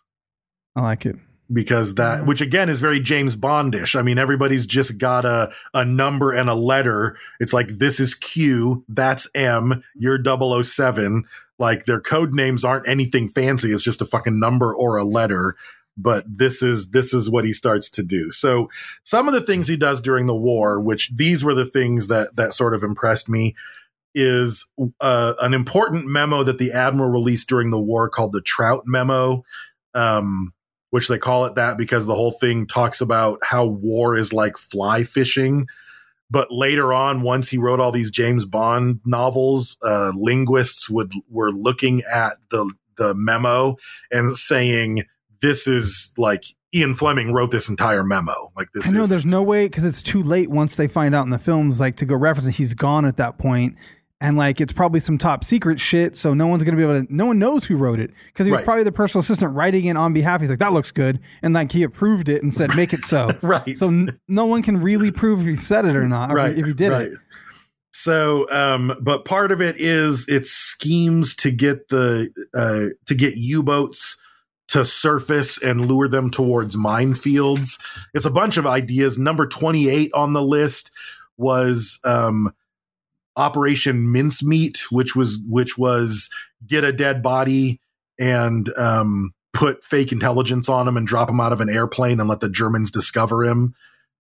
S1: i like it
S3: because that which again is very James Bondish. I mean, everybody's just got a a number and a letter. It's like this is Q, that's M, you're 007. Like their code names aren't anything fancy. It's just a fucking number or a letter. But this is this is what he starts to do. So some of the things he does during the war, which these were the things that that sort of impressed me, is uh, an important memo that the admiral released during the war called the Trout Memo. Um, which they call it that because the whole thing talks about how war is like fly fishing. But later on, once he wrote all these James Bond novels, uh, linguists would were looking at the the memo and saying, "This is like Ian Fleming wrote this entire memo." Like this,
S1: I know
S3: isn't-
S1: there's no way because it's too late once they find out in the films, like to go reference it. He's gone at that point, and like it's probably some top secret shit, so no one's gonna be able to. No one knows who wrote it because he was
S3: Right.
S1: probably the personal assistant writing it on behalf. He's like, that looks good, and like he approved it and said, make it so.
S3: Right.
S1: So n- no one can really prove if he said it or not, or
S3: right
S1: if he did
S3: right.
S1: it.
S3: so um but part of it is it's schemes to get the uh to get u-boats to surface and lure them towards minefields it's a bunch of ideas number 28 on the list was um operation mincemeat which was which was get a dead body and um put fake intelligence on him and drop him out of an airplane and let the germans discover him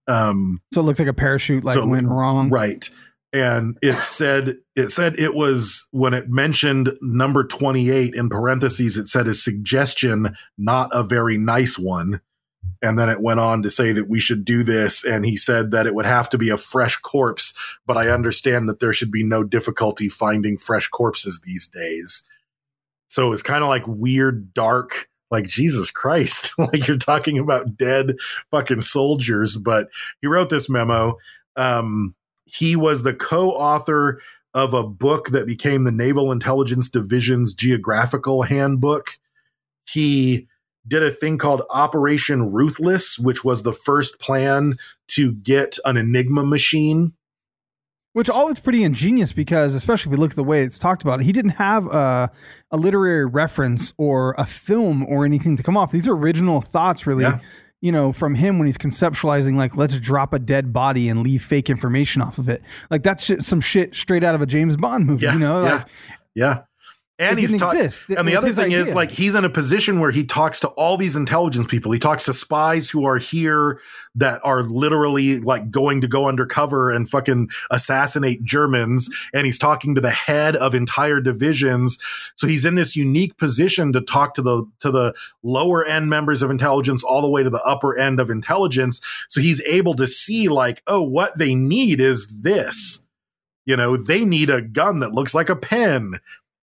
S3: um
S1: So it looks like a parachute like
S3: So-
S1: went wrong.
S3: Right. And it said it said it was when it mentioned number 28 in parentheses it said a suggestion not a very nice one and then it went on to say that we should do this and he said that it would have to be a fresh corpse but I understand that there should be no difficulty finding fresh corpses these days. So it's kind of like weird dark like Jesus Christ like you're talking about dead fucking soldiers but he wrote this memo um, he was the co-author of a book that became the Naval Intelligence Division's geographical handbook. He did a thing called Operation Ruthless, which was the first plan to get an Enigma machine.
S1: Which all is pretty ingenious because, especially if you look at the way it's talked about, he didn't have a, a literary reference or a film or anything to come off. These are original thoughts, really,
S3: Yeah.
S1: you know, from him when he's conceptualizing, like, let's drop a dead body and leave fake information off of it. Like, that's shit, some shit straight out of a James Bond movie,
S3: Yeah,
S1: you know?
S3: yeah.
S1: Like,
S3: Yeah. And
S1: It
S3: he's
S1: didn't
S3: ta-
S1: exist. It
S3: and the
S1: was
S3: other
S1: his
S3: thing is
S1: idea.
S3: like he's in a position where he talks to all these intelligence people. He talks to spies who are here that are literally like going to go undercover and fucking assassinate Germans and he's talking to the head of entire divisions. So he's in this unique position to talk to the to the lower end members of intelligence all the way to the upper end of intelligence. So he's able to see like, oh, what they need is this. You know, they need a gun that looks like a pen.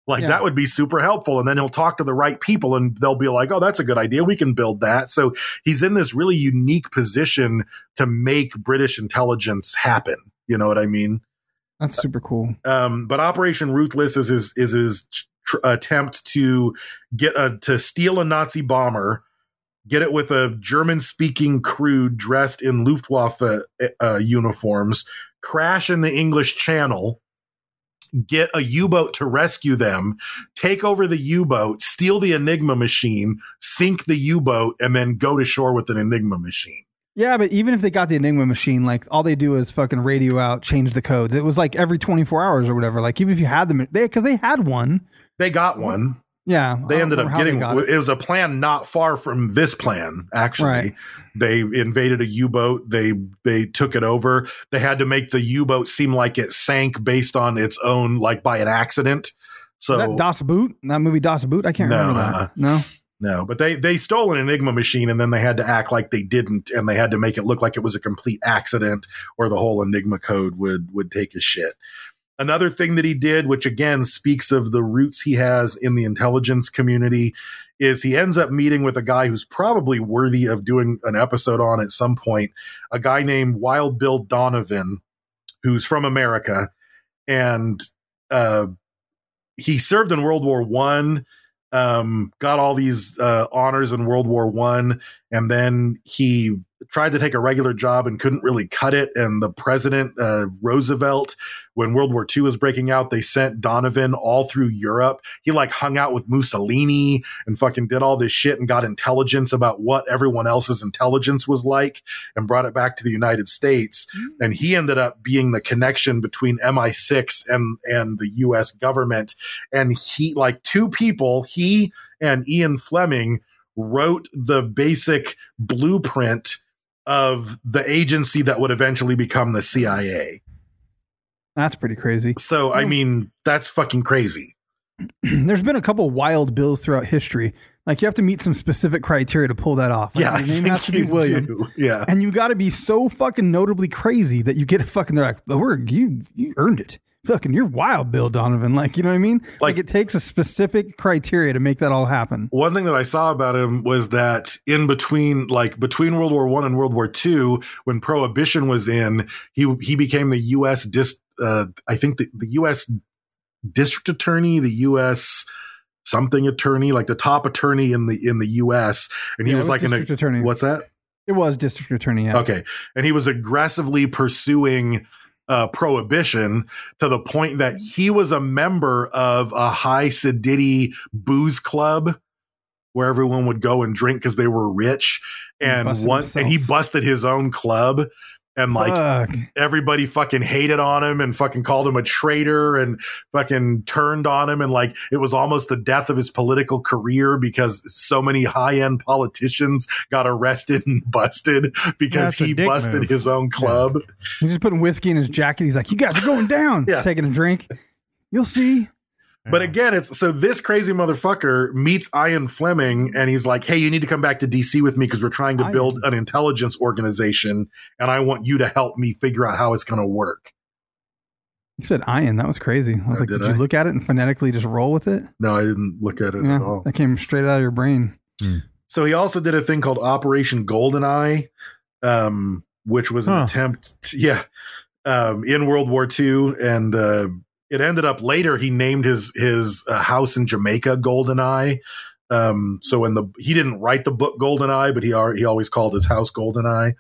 S3: Like
S1: Yeah.
S3: that would be super helpful. And then he'll talk to the right people and they'll be like, oh, that's a good idea. We can build that. So he's in this really unique position to make British intelligence happen. You know what I mean?
S1: That's super cool.
S3: Um, but Operation Ruthless is his, is his tr- attempt to get a, to steal a Nazi bomber, get it with a German speaking crew dressed in Luftwaffe uh, uh, uniforms, crash in the English Channel, get a U boat to rescue them, take over the U boat, steal the Enigma machine, sink the U boat, and then go to shore with an Enigma machine.
S1: Yeah, but even if they got the Enigma machine, like all they do is fucking radio out, change the codes. It was like every 24 hours or whatever. Like even if you had them, they because they had one.
S3: They got one.
S1: Yeah, I
S3: they
S1: don't
S3: ended
S1: remember
S3: up
S1: how they
S3: getting
S1: got
S3: it. was a plan not far from this plan actually
S1: Right.
S3: they invaded a u-boat they they took it over they had to make the u-boat seem like it sank based on its own like by an accident so
S1: Is that Das Boot? That movie Das Boot? I can't
S3: No,
S1: remember
S3: uh-uh.
S1: that. No.
S3: no but they they stole an enigma machine and then they had to act like they didn't and they had to make it look like it was a complete accident or the whole enigma code would would take a shit another thing that he did which again speaks of the roots he has in the intelligence community is he ends up meeting with a guy who's probably worthy of doing an episode on at some point a guy named wild bill donovan who's from america and uh he served in world war one um got all these uh honors in world war one and then he tried to take a regular job and couldn't really cut it and the president uh roosevelt when World War II was breaking out, they sent Donovan all through Europe. He like hung out with Mussolini and fucking did all this shit and got intelligence about what everyone else's intelligence was like and brought it back to the United States. And he ended up being the connection between MI6 and and the US government. And he like two people, he and Ian Fleming wrote the basic blueprint of the agency that would eventually become the CIA.
S1: That's pretty crazy.
S3: So
S1: Hmm.
S3: I mean, that's fucking crazy.
S1: There's been a couple wild bills throughout history. Like you have to meet some specific criteria to pull that off. Like,
S3: I
S1: your name
S3: think
S1: has to be
S3: you
S1: William.
S3: do. Yeah,
S1: And you got to be so fucking notably crazy that you get a fucking. They're like, the word you you earned it. Fucking, you're wild, Bill Donovan. Like, you know what I mean? Like,
S3: Like-
S1: it takes a specific criteria to make that all happen.
S3: one thing that I saw about him was that in between, like between World War One and World War Two, when Prohibition was in, he he became the U.S. dis. Uh, I think the, the U.S. district attorney, the U.S. something attorney, like the top attorney in the in the U.S. And he
S1: Yeah,
S3: was
S1: it
S3: like
S1: was
S3: an
S1: district attorney.
S3: What's that?
S1: It was district attorney. Yeah.
S3: Okay. And he was aggressively pursuing uh, prohibition to the point that he was a member of a high sedity booze club where everyone would go and drink because they were rich.
S1: He
S3: And
S1: busted
S3: one,
S1: himself.
S3: and he busted his own club. And like
S1: Fuck.
S3: everybody fucking hated on him and fucking called him a traitor and fucking turned on him. And like it was almost the death of his political career because so many high end politicians got arrested and busted because
S2: That's a
S3: he
S2: dick
S3: busted
S2: move.
S3: his own club.
S1: He's just putting whiskey in his jacket. He's like, "You guys are going down."
S3: Yeah.
S1: Taking a drink. You'll see.
S3: But again, it's so this crazy motherfucker meets Ian Fleming and he's like, Hey, you need to come back to DC with me because we're trying to
S1: Ian.
S3: build an intelligence organization and I want you to help me figure out how it's going to work.
S1: You said iron. That was crazy. I was
S3: Oh,
S1: like,
S3: did
S1: did,
S3: I?
S1: you look at it and phonetically just roll with it?
S3: No, I didn't look at it at
S1: Yeah.
S3: all.
S1: That came straight out of your brain.
S3: So he also did a thing called Operation Goldeneye, um, which was an
S2: Huh.
S3: attempt, to- yeah, um, in World War II, and uh, it ended up later he named his his uh, house in Jamaica Goldeneye. Um, so in the he didn't write the book Goldeneye, but he al- he always called his house Goldeneye.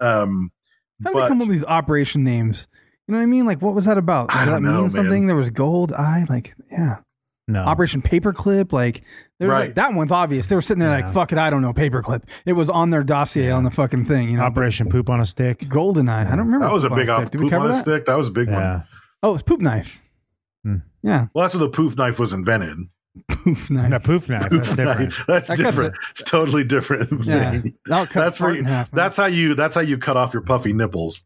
S3: Um,
S1: How did they
S3: but
S1: come up with these operation names? You know what I mean? Like, what was that about? Did
S3: I
S1: that
S3: don't know,
S1: mean
S3: man. Oh.
S1: something? There was gold eye. Like, yeah.
S2: no.
S1: Operation Paperclip. Like, there's
S3: Right.
S1: like that one's obvious. They were sitting there like,
S2: Yeah.
S1: fuck it, I don't know. Paperclip. It was on their dossier on the fucking thing. You know,
S2: Operation Poop on a Stick.
S1: Goldeneye. I don't remember.
S3: that was a
S1: Poop on
S3: big op-
S1: Did we
S3: poop
S1: cover
S3: on a
S1: that?
S3: stick. That was a big one.
S2: Yeah. Hmm.
S1: Oh, it's poop knife. Yeah.
S3: Well, that's when the poof knife was invented.
S1: Poof knife.
S2: A poof knife.
S3: Poof
S2: That's different.
S3: knife. That's
S1: That cuts
S3: different.
S1: it.
S3: It's totally different.
S1: Yeah. That'll cut
S3: that's
S1: a fart
S3: where you-
S1: in half, man.
S3: that's how you that's how you cut off your puffy nipples.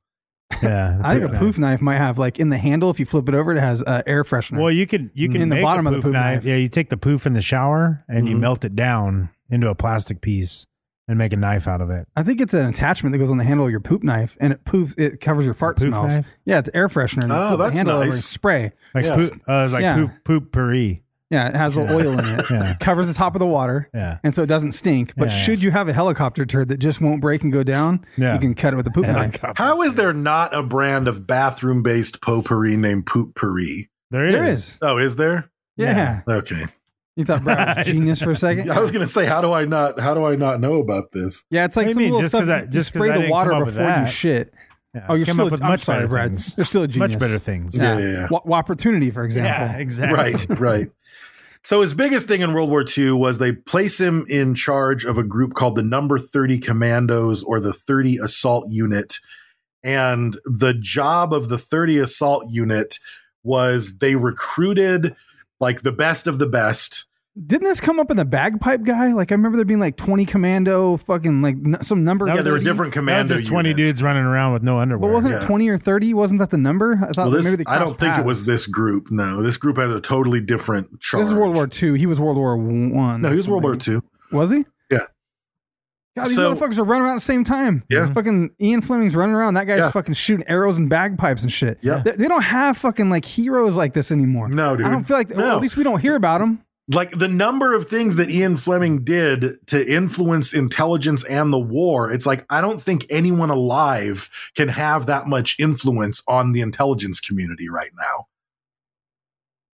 S2: Yeah.
S1: I think a poof knife might have like in the handle. If you flip it over, it has uh, air freshener.
S2: Well, you can you can
S1: In the
S2: make
S1: bottom
S2: a
S1: of
S2: poof
S1: the poof
S2: knife.
S1: knife. Mm-hmm.
S2: Yeah, you take the poof in the shower and you melt it down into a plastic piece and make a knife out of it.
S1: I think it's an attachment that goes on the handle of your poop knife, and it poofs. It covers your fart
S2: Poof
S1: smells.
S2: knife?
S1: Yeah, it's air freshener. and you
S3: Oh,
S1: flip the
S3: that's
S1: handle over
S3: nice.
S1: and spray.
S2: Like
S3: Yes.
S2: poop, uh, like
S1: Yeah.
S2: poop poop puree.
S1: Yeah, it has a little oil in it.
S2: Yeah.
S1: Covers the top of the water.
S2: Yeah.
S1: And so it doesn't stink. But
S2: Yeah, yeah.
S1: should you have a helicopter turd that just won't break and go down,
S2: Yeah.
S1: you can cut it with a poop knife.
S3: How is there not a brand of bathroom based potpourri named Pootpourri?
S2: There is.
S1: There is.
S3: Oh, is there?
S1: Yeah.
S3: Okay.
S1: You thought Brad was genius for a second?
S3: I was gonna say, how do I not how do I not know about this?
S1: Yeah, it's like
S2: What
S1: some
S2: do you mean?
S1: little
S2: Just
S1: stuff.
S2: 'cause I-
S1: you
S2: just 'cause
S1: spray
S2: I
S1: the
S2: didn't
S1: water
S2: come up with
S1: before you
S2: that.
S1: shit.
S2: Yeah,
S1: Oh,
S2: I
S1: you're
S2: came
S1: still.
S2: up with
S1: I'm
S2: much
S1: sorry,
S2: better
S1: Brad.
S2: things.
S1: You're still a genius.
S2: Much better things.
S3: Yeah, yeah, yeah.
S1: Wa- opportunity, for example.
S2: Yeah, exactly.
S3: Right, right. So his biggest thing in World War II was they place him in charge of a group called the Number 30 Commandos or the 30 Assault Unit. And the job of the 30 Assault Unit was they recruited like the best of the best.
S1: Didn't this come up in the bagpipe guy? Like I remember there being like twenty commando, fucking like n- some number.
S2: That
S3: Yeah,
S2: was
S3: there were
S2: just-
S3: different commando
S2: That was just twenty
S3: units.
S2: dudes running around with no
S1: But
S2: underwear.
S1: wasn't it
S3: yeah.
S1: twenty or thirty? Wasn't that the number? I thought
S3: Well, this,
S1: maybe they
S3: I don't
S1: crossed
S3: think it
S1: paths.
S3: was this group. No, this group had a totally different charge.
S1: This is World War II. He was World War One.
S3: No, he was World War II.
S1: Was he?
S3: Yeah.
S1: God, these
S3: So-
S1: motherfuckers are running around at the same time. Mm-hmm.
S3: Yeah.
S1: Fucking Ian Fleming's running around. That guy's
S3: Yeah.
S1: fucking shooting arrows and bagpipes and shit.
S3: Yeah.
S1: They, they don't have fucking like heroes like this anymore.
S3: No, dude.
S1: I don't feel like,
S3: No.
S1: at least we don't hear about them.
S3: like the number of things that Ian Fleming did to influence intelligence and the war, it's like I don't think anyone alive can have that much influence on the intelligence community right now.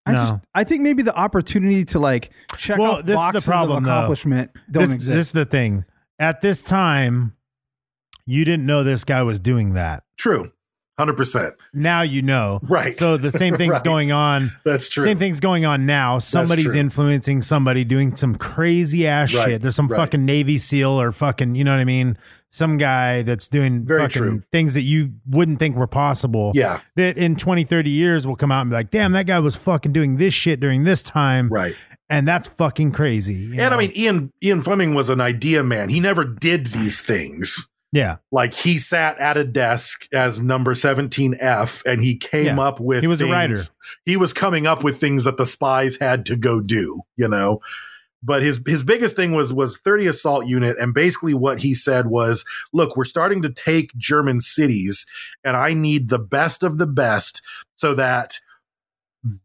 S1: I
S2: No.
S1: just, I think maybe the opportunity to like check
S2: Well,
S1: off
S2: this is the
S1: boxes
S2: problem,
S1: of
S2: though.
S1: accomplishment don't
S2: this,
S1: exist.
S2: This is the thing. At this time, you didn't know this guy was doing that.
S3: True. 100%.
S2: Now you know.
S3: Right.
S2: So the same thing's
S3: Right.
S2: going on.
S3: That's true.
S2: Same thing's going on now. Somebody's
S3: true.
S2: influencing somebody doing some crazy ass
S3: Right,
S2: shit. There's some
S3: right.
S2: fucking Navy SEAL or fucking, you know what I mean? Some guy that's doing
S3: Very
S2: fucking
S3: true.
S2: things that you wouldn't think were possible.
S3: Yeah.
S2: That in 20, 30 years will come out and be like, damn, that guy was fucking doing this shit during this time.
S3: Right.
S2: And that's fucking crazy. you
S3: And I
S2: know?
S3: mean Ian Ian Fleming was an idea man. He never did these things.
S2: yeah.
S3: Like he sat at a desk as number 17F and he came
S2: Yeah.
S3: up with
S2: He was a
S3: things-
S2: writer.
S3: He was coming up with things that the spies had to go do, you know. But his his biggest thing was was 30 assault unit and basically what he said was, look, we're starting to take German cities and I need the best of the best so that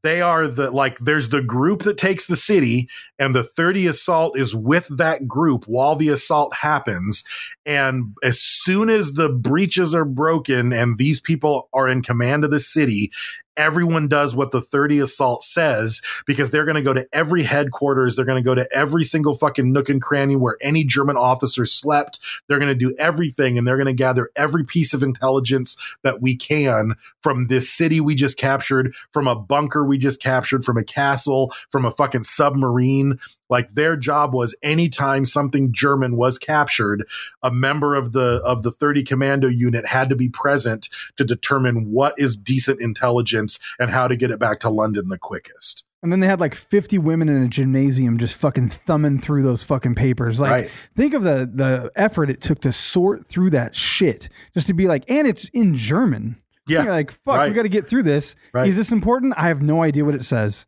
S3: they are the like there's the group that takes the city and the 30 assault is with that group while the assault happens and as soon as the breaches are broken and these people are in command of the city everyone does what the 30 assault says because they're going to go to every headquarters they're going to go to every single fucking nook and cranny where any german officer slept they're going to do everything and they're going to gather every piece of intelligence that we can from this city we just captured from a bunker we just captured from a castle from a fucking submarine like their job was anytime something german was captured a member of the of the 30 commando unit had to be present to determine what is decent intelligence and how to get it back to london the quickest
S1: And then they had like 50 women in a gymnasium just fucking thumbing through those fucking papers. Like,
S3: Right.
S1: think of the the effort it took to sort through that shit just to be like, and it's in German.
S3: Yeah.
S1: You're like, fuck,
S3: Right.
S1: we got to get through this.
S3: Right.
S1: Is this important? I have no idea what it says.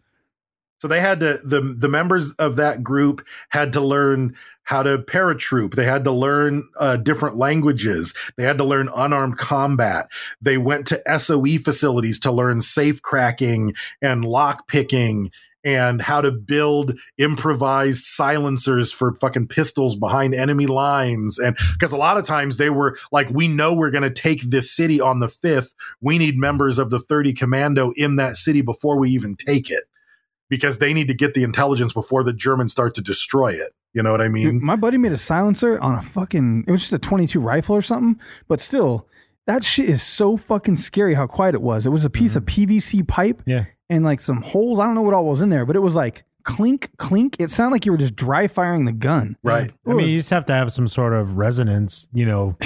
S3: So they had to the the members of that group had to learn how to paratroop. They had to learn uh, different languages. They had to learn unarmed combat. They went to SOE facilities to learn safe cracking and lock picking and how to build improvised silencers for fucking pistols behind enemy lines and because a lot of times they were like we know we're going to take this city on the 5th we need members of the 30 commando in that city before we even take it because they need to get the intelligence before the Germans start to destroy it. You know what I
S1: Dude,
S3: mean?
S1: my buddy made a silencer on a fucking, it was just a 22 rifle or something, but still, that shit is so fucking scary how quiet it was. It was a piece
S3: Mm-hmm.
S1: of PVC pipe
S2: Yeah.
S1: and like some holes. I don't know what all was in there, but it was like clink, clink. It sounded like you were just dry firing the gun.
S3: Right.
S2: I mean, you just have to have some sort of resonance, you know,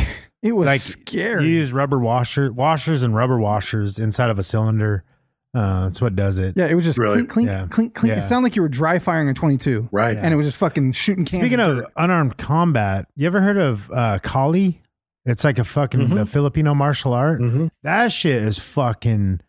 S1: It was
S2: like
S1: scary.
S2: You use rubber washer washers and rubber washers inside of a cylinder. Uh, that's what does it.
S1: Yeah, it was just
S3: Really?
S1: clink, clink,
S2: Yeah.
S1: clink, clink.
S2: Yeah.
S1: It sounded like you were dry firing a 22.
S3: Right.
S1: And it was just fucking shooting cans.
S2: Speaking of unarmed combat, you ever heard of uh, Kali? It's like a fucking the Filipino martial art. That shit is fucking.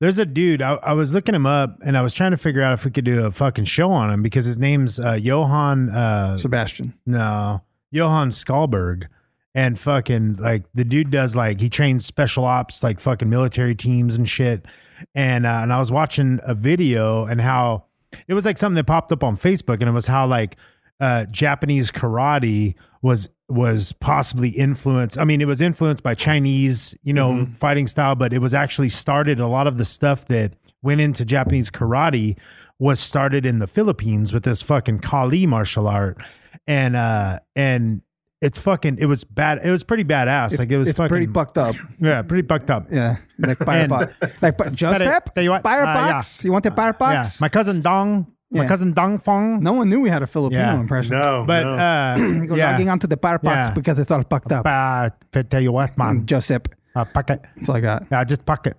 S2: There's a dude. I, I was looking him up, and I was trying to figure out if we could do a fucking show on him because his name's uh, Johan. Uh,
S1: Sebastian.
S2: no, Johan Skalberg. And fucking like the dude does like he trains special ops like fucking military teams and shit. And uh, and I was watching a video and how it was like something that popped up on Facebook and it was how like uh Japanese karate was was possibly influenced. I mean, it was influenced by Chinese, you know, fighting style, but it was actually started a lot of the stuff that went into Japanese karate was started in the Philippines with this fucking Kali martial art and uh and it's fucking it was bad it was pretty badass like it was
S1: it's
S2: fucking
S1: pretty bucked up.
S2: yeah pretty bucked up
S1: Yeah, like firebox. like but Joseph,
S2: tell you what, uh,
S1: firebox.
S2: yeah.
S1: You want the
S2: yeah
S1: firebox?
S2: my cousin dong my
S1: Yeah.
S2: cousin dong fong
S1: no one knew we had a Filipino
S2: Yeah.
S1: impression.
S3: No,
S2: but
S3: no.
S2: uh
S1: Go logging
S2: yeah
S1: onto the firebox
S2: Yeah.
S1: because it's all fucked up.
S2: uh, t- tell you what man
S1: Joseph.
S2: uh, pocket
S1: That's all I got.
S2: yeah just pocket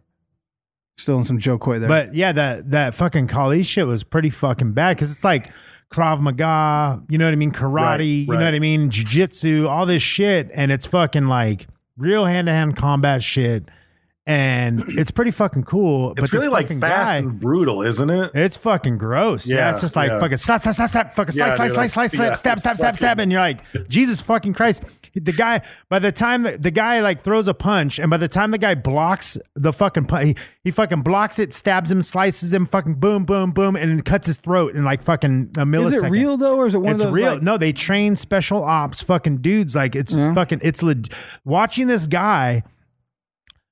S1: Still in some Joe Coy there.
S2: But yeah, that that fucking Kali shit was pretty fucking bad because it's like Krav Maga, you know what I mean? Karate,
S3: Right,
S2: you know
S3: right.
S2: what I mean? Jiu Jitsu, all this shit, and it's fucking like real hand to hand combat shit, and it's pretty fucking cool. but
S3: it's really
S2: this
S3: like
S2: fucking
S3: fast
S2: guy-
S3: and brutal, isn't it?
S2: it's fucking gross. Yeah,
S3: Yeah,
S2: it's just like
S3: yeah.
S2: fucking slap, slap, slap, slap, fucking
S3: Yeah,
S2: slice, slice,
S3: dude,
S2: slice,
S3: that's-
S2: slice, slap,
S3: yeah,
S2: stab,
S3: it's
S2: stab, stab, stab,
S3: fucking-
S2: and you're like, Jesus fucking Christ! The guy, by the time the, the guy like throws a punch, and by the time the guy blocks the fucking punch, he, he fucking blocks it, stabs him, slices him, fucking boom, boom, boom, and then cuts his throat in like fucking a millisecond.
S1: is it real though, or is it one
S2: it's
S1: of those?
S2: real.
S1: like-
S2: no, they train special ops fucking dudes. Like it's fucking it's leg- watching this guy.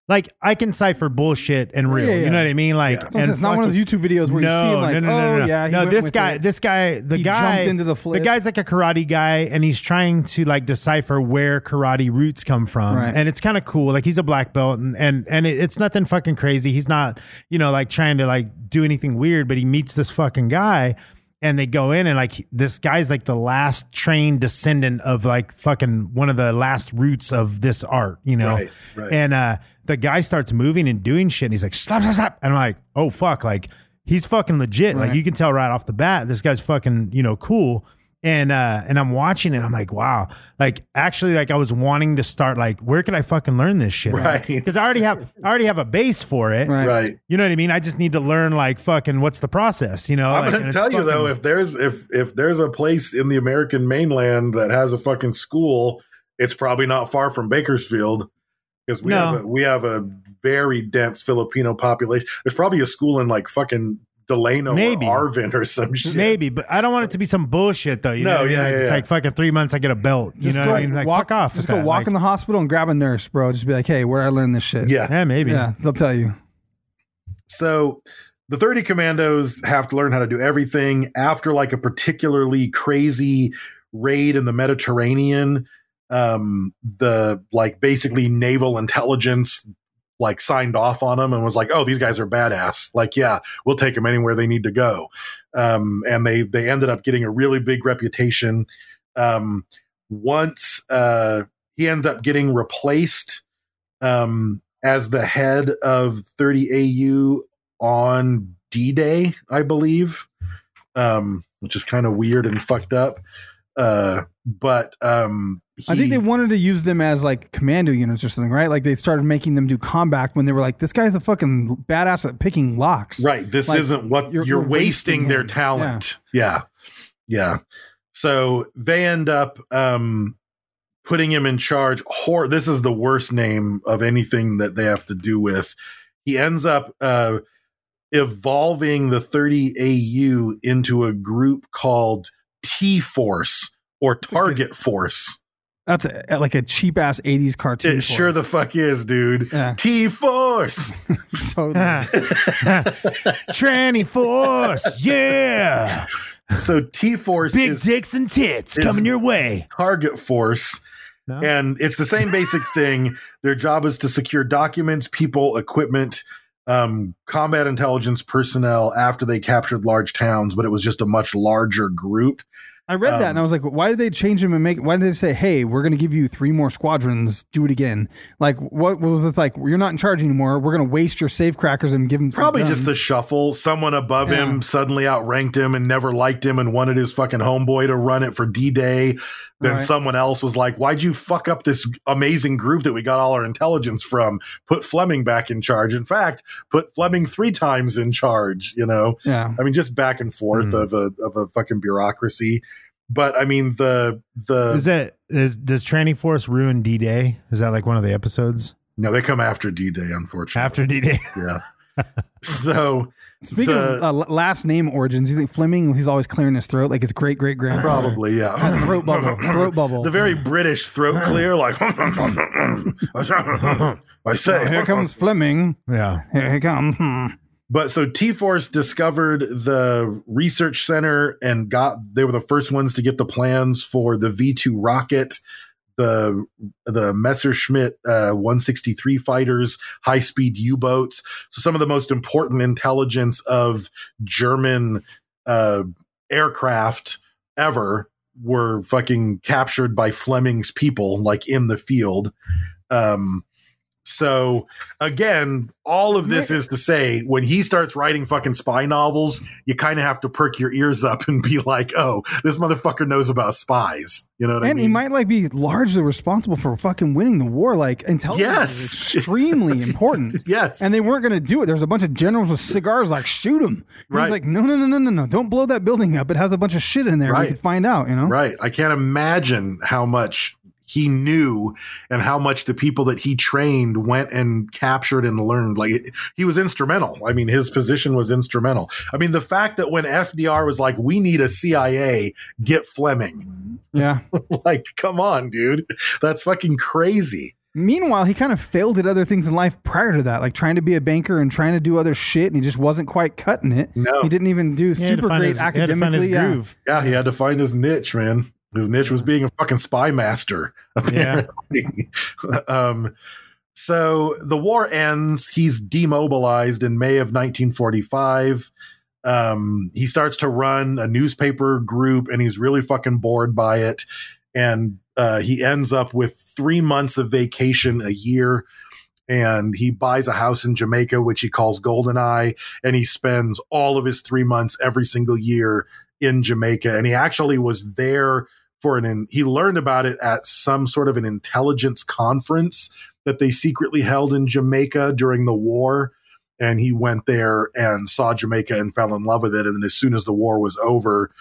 S2: Like I can cipher bullshit and real.
S1: Yeah, yeah.
S2: You know what I mean? Like
S1: So it's not one of those YouTube videos where you see him like, oh yeah, he
S2: no.
S1: went
S2: This
S1: with
S2: guy,
S1: it.
S2: this guy, the
S1: He
S2: guy
S1: jumped into the
S2: The
S1: flip.
S2: guy's like a karate guy, and he's trying to like decipher where karate roots come from,
S1: Right.
S2: and it's kind of cool. Like he's a black belt, and and and it, it's nothing fucking crazy. He's not, you know, like trying to like do anything weird, but he meets this fucking guy. And they go in and like he- this guy's like the last trained descendant of like fucking one of the last roots of this art, you know.
S3: Right, right.
S2: And uh, the guy starts moving and doing shit. And he's like, stop, stop, stop. And I'm like, oh, fuck. Like, he's fucking legit. Like,
S1: Right.
S2: you can tell right off the bat, this guy's fucking, you know, cool. And, uh, and I'm watching it. I'm like, wow. Like, actually, like, I was wanting to start, like, where could I fucking learn this shit?
S3: Right.
S2: Because I already have, I already have a base for it.
S1: Right.
S3: right.
S2: You know what I mean? I just need to learn, like, fucking what's the process, you know?
S3: I'm
S2: Like, Oh, and
S3: gonna
S2: it's
S3: tell you though,
S2: fucking-
S3: if there's if if there's a place in the American mainland that has a fucking school, it's probably not far from Bakersfield because we
S2: No.
S3: have a, we have a very dense Filipino population. There's probably a school in like fucking Delano
S2: Maybe.
S3: or Arvin or some shit.
S2: Maybe, but I don't want it to be some bullshit though. You
S3: No,
S2: know, what I mean?
S3: yeah,
S2: Like,
S3: yeah,
S2: it's
S3: yeah.
S2: like fucking three months. I get a belt. You
S1: Just
S2: know
S1: go,
S2: what I mean? Like,
S1: walk,
S2: fuck off.
S1: Just
S2: with
S1: go
S2: that.
S1: walk
S2: Like,
S1: in the hospital and grab a nurse, bro. Just be like, hey, where I learned this shit.
S3: Yeah.
S2: Yeah, maybe.
S1: yeah, they'll tell you.
S3: So the 30 commandos have to learn how to do everything after like a particularly crazy raid in the Mediterranean. Um, the like basically naval intelligence like signed off on them and was like, "Oh, these guys are badass. Like, yeah, we'll take them anywhere they need to go." Um, and they they ended up getting a really big reputation. Um, once uh, he ended up getting replaced um, as the head of 30AU on D Day, I believe, um, which is kind of weird and fucked up. Uh, but um,
S1: I think
S3: he-
S1: they wanted to use them as like commando units or something, right? Like they started making them do combat when they were like, this guy's a fucking badass at picking locks.
S3: Right. This
S1: Like,
S3: isn't what you're,
S1: you're- you're
S3: wasting,
S1: wasting
S3: their
S1: him.
S3: talent. Yeah. yeah. So they end up um putting him in charge. Hor this is the worst name of anything that they have to do with. He ends up uh evolving the 30 AU into a group called T Force or Target Force.
S1: That's a, like a cheap ass 80s cartoon.
S3: It
S1: for
S3: sure
S1: it.
S3: the fuck is, dude.
S1: Yeah.
S3: T Force.
S1: totally.
S2: Tranny force, yeah.
S3: So T Force
S2: Big
S3: is
S2: dicks and tits
S3: is-
S2: coming your way.
S3: target force.
S2: No?
S3: And it's the same basic thing. Their job is to secure documents, people, equipment, um, combat intelligence personnel after they captured large towns, but it was just a much larger group.
S1: I read that and I was like, why did they change him and make? Why did they say, hey, we're going to give you three more squadrons, do it again? Like, what, what was it like? You're not in charge anymore. We're going to waste your safe crackers and give them some
S3: Probably
S1: guns."
S3: just a shuffle. Someone above him suddenly outranked him and never liked him and wanted his fucking homeboy to run it for D Day. Then
S1: Right.
S3: someone else was like, Why'd you fuck up this amazing group that we got all our intelligence from? Put Fleming back in charge. In fact, put Fleming three times in charge, you know?
S1: Yeah.
S3: I mean, just back and forth
S1: hmm.
S3: of a of a fucking bureaucracy. But I mean the the
S2: Is that is does Tranny Force ruin D Day? Is that like one of the episodes
S3: No, they come after D Day, unfortunately.
S2: after D Day?
S3: yeah. so
S1: Speaking of
S3: the-
S1: uh, la- last name origins, you think Fleming? He's always clearing his throat like his great great grandfather.
S3: Probably, yeah.
S1: throat bubble, throat bubble.
S3: The very British throat clear, like I say.
S1: Oh, Here comes Fleming.
S2: yeah,
S1: Here he comes. Hmm.
S3: But so T Force discovered the research center and got they were the first ones to get the plans for the V two rocket, the the Messerschmitt uh, 163 fighters, high speed U boats. So some of the most important intelligence of German uh, aircraft ever were fucking captured by Fleming's people, like in the field. Um, so again, all of this is to say, when he starts writing fucking spy novels, you kind of have to perk your ears up and be like, "Oh, this motherfucker knows about spies." You know what I
S1: And
S3: mean?
S1: he might like be largely responsible for fucking winning the war. Like intelligence is
S3: Yes.
S1: extremely important.
S3: Yes.
S1: And they weren't going to do it. There's a bunch of generals with cigars like shoot him.
S3: Right.
S1: He's like no no no no no no don't blow that building up. It has a bunch of shit in there.
S3: Right.
S1: We can find out. You know.
S3: Right. I can't imagine how much he knew and how much the people that he trained went and captured and learned. Like it- he was instrumental. I mean, his position was instrumental. I mean, the fact that when FDR was like, we need a CIA, get Fleming.
S1: Yeah.
S3: Like, come on, dude. That's fucking crazy.
S1: Meanwhile, he kind of failed at other things in life prior to that, like trying to be a banker and trying to do other shit, and he just wasn't quite cutting it.
S3: No.
S1: he didn't even do
S2: He had to
S1: super
S2: find
S1: great
S2: his- he had to find
S1: academically.
S2: his
S1: yeah.
S2: groove.
S3: Yeah. He had to find his niche, man. His niche was being a fucking spy master.
S2: Yeah.
S3: um, so the war ends. He's demobilized in May of 1945. Um, he starts to run a newspaper group and he's really fucking bored by it. And uh, he ends up with three months of vacation a year. And he buys a house in Jamaica, which he calls Goldeneye. And he spends all of his three months every single year in Jamaica. And he actually was there for an in, he learned about it at some sort of an intelligence conference that they secretly held in Jamaica during the war and he went there and saw Jamaica and fell in love with it and then as soon as the war was over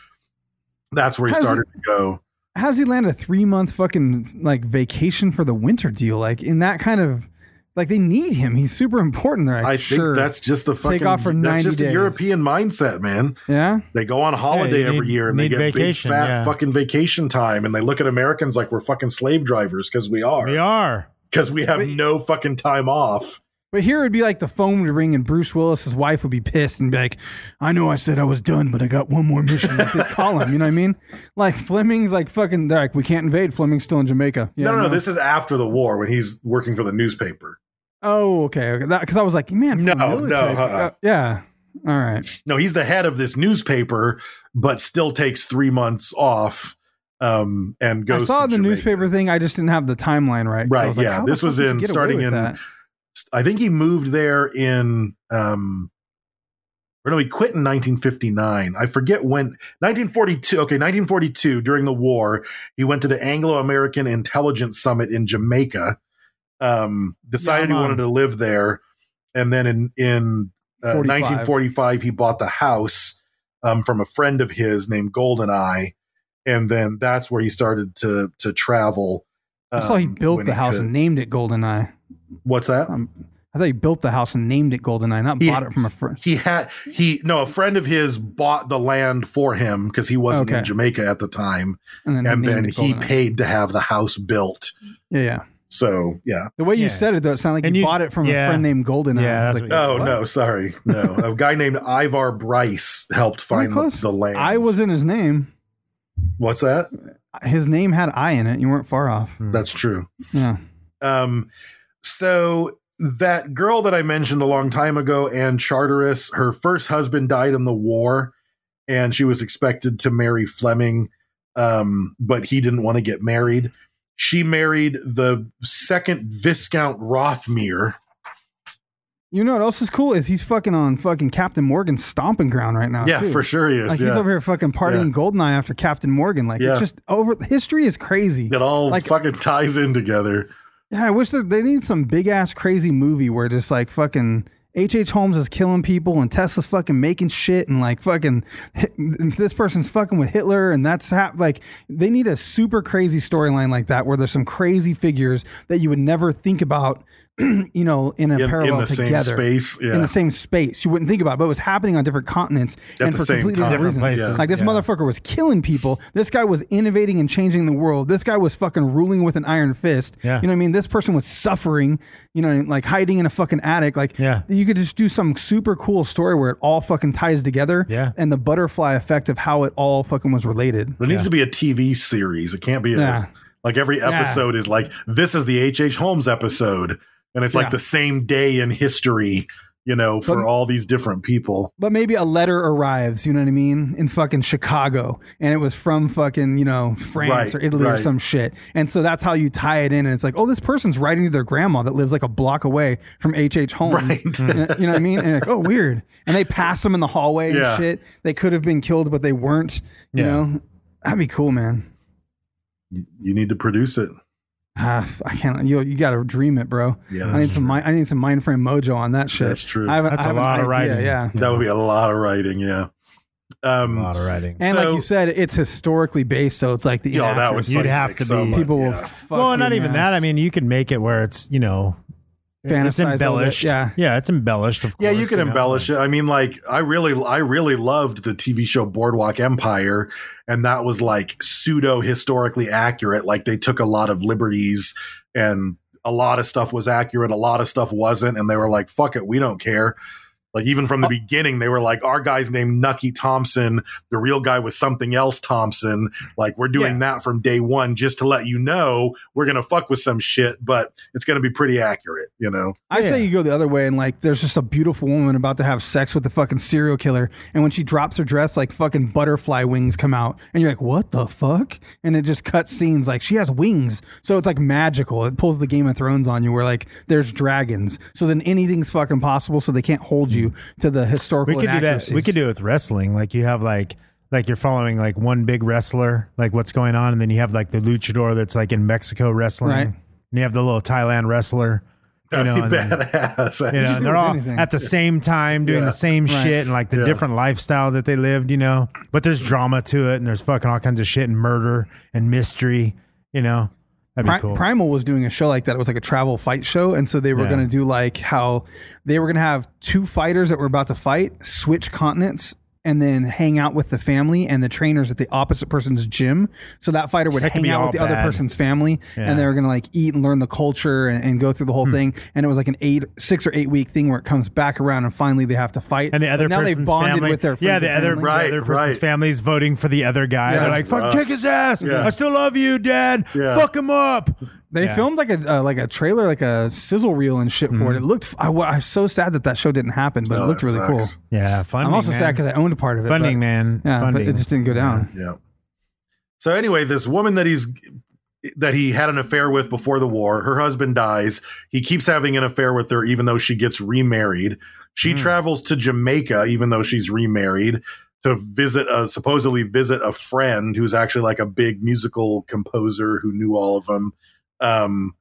S3: that's where he
S1: How's
S3: started to go
S1: How's he land a three month fucking like vacation for the winter deal? Like in that kind of like they need him. He's super important. They're like,
S3: I
S1: sure.
S3: think that's just the fucking
S1: off for
S3: that's
S1: 90
S3: just the
S1: days.
S3: European mindset man
S1: yeah.
S3: they go on holiday
S2: Yeah, you
S3: every
S2: need-
S3: year and they
S2: need
S3: get
S2: vacation,
S3: big fat
S2: yeah.
S3: fucking vacation time and they look at Americans like we're fucking slave drivers because we
S2: we
S3: are
S2: are.
S3: because we have no fucking time off
S1: But here it'd be like the phone would ring and Bruce Willis's wife would be pissed and be like, I know I said I was done, but I got one more mission. Like, they call him, you know what I mean? Like Fleming's like fucking they're like, we can't invade. Fleming's still in Jamaica. Yeah,
S3: no, no, no. This is after the war when he's working for the newspaper.
S1: Oh, okay. okay. Because I was like, man,
S3: No,
S1: fucking really
S3: no,
S1: quick.
S3: uh-uh.
S1: Uh, yeah. All right.
S3: No, he's the head of this newspaper, but still takes three months off um, and goes.
S1: I saw
S3: to
S1: the
S3: Jamaica.
S1: newspaper thing. I just didn't have the timeline right. 'Cause I
S3: Right,
S1: was like,
S3: yeah.
S1: how the
S3: This
S1: fuck
S3: was
S1: did you
S3: in-
S1: get away
S3: starting
S1: with
S3: in-
S1: that?
S3: I think he moved there in. Um, or no, he quit in 1959. I forget when. 1942. Okay, 1942. During the war, he went to the Anglo-American Intelligence Summit in Jamaica. Um, decided
S2: Yeah,
S3: he
S2: I'm
S3: wanted to live there, and then in in uh,
S1: 45.
S3: 1945 he bought the house um, from a friend of his named Goldeneye, and then that's where he started to to travel.
S1: I saw he
S3: um,
S1: built
S3: when
S1: the house
S3: could.
S1: and named it Goldeneye.
S3: What's that?
S1: Um, I thought he built the house and named it Goldeneye, not
S3: He-
S1: bought it from a friend.
S3: he had he no a friend of his bought the land for him because he wasn't
S1: Okay.
S3: in Jamaica at the time,
S1: And then,
S3: and
S1: named
S3: then
S1: it
S3: he
S1: Goldeneye.
S3: paid to have the house built.
S1: Yeah, yeah.
S3: So yeah.
S1: The way you
S2: Yeah.
S1: said it, though, it sounded like
S2: And
S1: you,
S2: you-
S1: bought it from a
S2: yeah.
S1: friend named Goldeneye.
S2: Yeah,
S1: I was
S2: that's
S1: like,
S2: what
S3: Oh
S1: what?
S3: no, sorry, no. a guy named Ivar Bryce helped
S1: Am I
S3: find the,
S1: close?
S3: the land.
S1: I was in his name.
S3: What's that?
S1: His name had I in it. You weren't far off.
S3: That's true.
S1: Yeah.
S3: Um, so that girl that I mentioned a long time ago, Anne Charteris, her first husband died in the war, and she was expected to marry Fleming. um, but he didn't want to get married. She married the second Viscount Rothmere.
S1: You know what else is cool is he's fucking on fucking Captain Morgan's stomping ground right now.
S3: Yeah,
S1: too.
S3: for sure he is.
S1: Like
S3: yeah.
S1: he's over here fucking partying
S3: Yeah.
S1: Goldeneye after Captain Morgan. Like
S3: Yeah.
S1: it's just over. History is crazy.
S3: It all
S1: like
S3: fucking ties in together.
S1: yeah, I wish there, they need some big ass crazy movie where just like fucking H H Holmes is killing people and Tesla's fucking making shit and like fucking hit, this person's fucking with Hitler and that's hap- like they need a super crazy storyline like that where there's some crazy figures that you would never think about. you know, in a
S3: In- in
S1: parallel
S3: the same
S1: together,
S3: space, yeah.
S1: in the same space, you wouldn't think about, it, but it was happening on different continents
S3: At
S1: and
S3: the
S1: for
S3: same
S1: completely
S3: time.
S1: different reasons.
S3: Different places,
S1: Like this
S2: yeah.
S1: motherfucker was killing people. This guy was innovating and changing the world. This guy was fucking ruling with an iron fist.
S2: Yeah.
S1: You know what I mean? This person was suffering, you know, and, like hiding in a fucking attic. Like
S2: Yeah.
S1: you could just do some super cool story where it all fucking ties together.
S2: Yeah.
S1: And the butterfly effect of how it all fucking was related.
S3: There needs to be a TV series. It can't be a,
S1: Yeah.
S3: like every episode is like this is the H.H. Holmes episode, and it's
S1: Yeah.
S3: like the same day in history, you know, for
S1: But-
S3: all these different people.
S1: But maybe a letter arrives, you know what I mean, in fucking Chicago, and it was from fucking you know France
S3: Right,
S1: or Italy or
S3: right.
S1: some shit, and so that's how you tie it in, and it's like, oh, this person's writing to their grandma that lives like a block away from H H Holmes,
S3: Right.
S1: you know what I mean? And like, oh, weird, and they pass them in the hallway
S3: Yeah.
S1: and shit. They could have been killed, but they weren't. You
S2: Yeah.
S1: know, that'd be cool, man.
S3: You need to produce it.
S1: Ah, f- I can't. You you got to dream it, bro.
S3: Yeah,
S1: I
S3: that's
S1: need some. mi- I need some mind frame mojo on that shit.
S3: That's true.
S1: I have,
S2: That's
S1: I
S2: a
S1: have an
S2: lot of
S1: idea,
S2: writing.
S1: Yeah.
S3: That would be a lot of writing. Yeah.
S2: a
S3: Um.
S2: lot of writing.
S1: And
S3: So-
S1: like you said, it's historically based, so it's like the
S3: Yeah, that would
S1: inaccuracy.
S2: You'd
S3: fucking
S2: have
S3: take
S2: to
S3: so
S2: be-
S3: much,
S1: people will
S3: yeah.
S1: fuck
S2: Well,
S1: you
S2: not
S1: in
S2: even
S1: the
S2: that.
S1: ass.
S2: I mean, you can make it where it's you know,
S1: Fantasize
S2: it's
S1: a little bit,
S2: embellished.
S1: yeah.
S2: yeah, it's embellished. Of course,
S3: Yeah, you can
S2: know,
S3: embellish it. I mean, like I really, I really loved the TV show Boardwalk Empire, and that was like pseudo historically accurate. Like they took a lot of liberties, and a lot of stuff was accurate, a lot of stuff wasn't, and they were like, "Fuck it, we don't care." Like even
S2: Oh.
S3: from the beginning, they were like, "Our guy's named Nucky Thompson. The real guy was something else Thompson. Like we're doing that from day one, just to let you know we're gonna fuck with some shit, but it's gonna be pretty accurate, you know."
S1: I say you go the other way and like there's just a beautiful woman about to have sex with the fucking serial killer and when she drops her dress like fucking butterfly wings come out and you're like what the fuck and it just cuts scenes like she has wings so it's like magical it pulls the Game of Thrones on you where like there's dragons so then anything's fucking possible so they can't hold you to the historical
S2: We could do that. We
S1: inaccuracies.
S2: could do it with wrestling. Like you have like like you're following like one big wrestler, like what's going on, and then you have like the luchador that's like in Mexico wrestling,
S1: Right.
S2: and you have the little Thailand wrestler. You know, and, then,
S3: badass.
S2: you know,
S1: should
S2: and
S1: do
S2: they're
S1: it with
S2: all
S1: anything.
S2: at the same time doing
S3: Yeah.
S2: the same
S1: Right.
S2: shit and like the
S3: Yeah.
S2: different lifestyle that they lived, you know. But there's drama to it, and there's fucking all kinds of shit and murder and mystery, you know. That'd be
S1: Pri-
S2: cool.
S1: Primal was doing a show like that. It was like a travel fight show, and so they were
S2: Yeah.
S1: going to do like how they were going to have two fighters that were about to fight switch continents and then hang out with the family and the trainers at the opposite person's gym. So that fighter would
S2: That could
S1: hang
S2: be
S1: out
S2: all
S1: with the other
S2: bad.
S1: person's family,
S2: Yeah. Hmm.
S1: and they were going to like eat and learn the culture and, and go through the whole thing. And it was like an eight, six or eight week thing where it comes back around, and finally they have to fight.
S2: And the other
S1: But now
S2: person's
S1: they've bonded
S2: family,
S1: with their friends
S2: yeah,
S1: and
S2: the other,
S1: family.
S2: the
S3: Right,
S2: other person's
S3: right. Uh,
S2: family's voting for the other guy.
S1: Yeah.
S2: They're like, "Fuck, kick his ass!
S3: Yeah.
S2: I still love you, Dad.
S3: Yeah.
S2: Fuck him up."
S1: They
S2: Yeah.
S1: filmed like a uh, like a trailer, like a sizzle reel and shit
S2: Mm-hmm.
S1: for it. It looked. f- I, am so sad that that show didn't happen, but it
S3: Oh,
S1: looked
S3: that
S1: really
S3: sucks.
S1: cool.
S2: Yeah, funding.
S1: I'm also
S2: man.
S1: sad because I owned part of it.
S2: funding,
S1: but-
S2: man.
S1: Yeah,
S2: funding.
S1: but it just didn't go down.
S3: Yeah. So anyway, this woman that he's that he had an affair with before the war, her husband dies. He keeps having an affair with her, even though she gets remarried. She travels to Jamaica, even though she's remarried, to visit a supposedly visit a friend who's actually like a big musical composer who knew all of them. Um,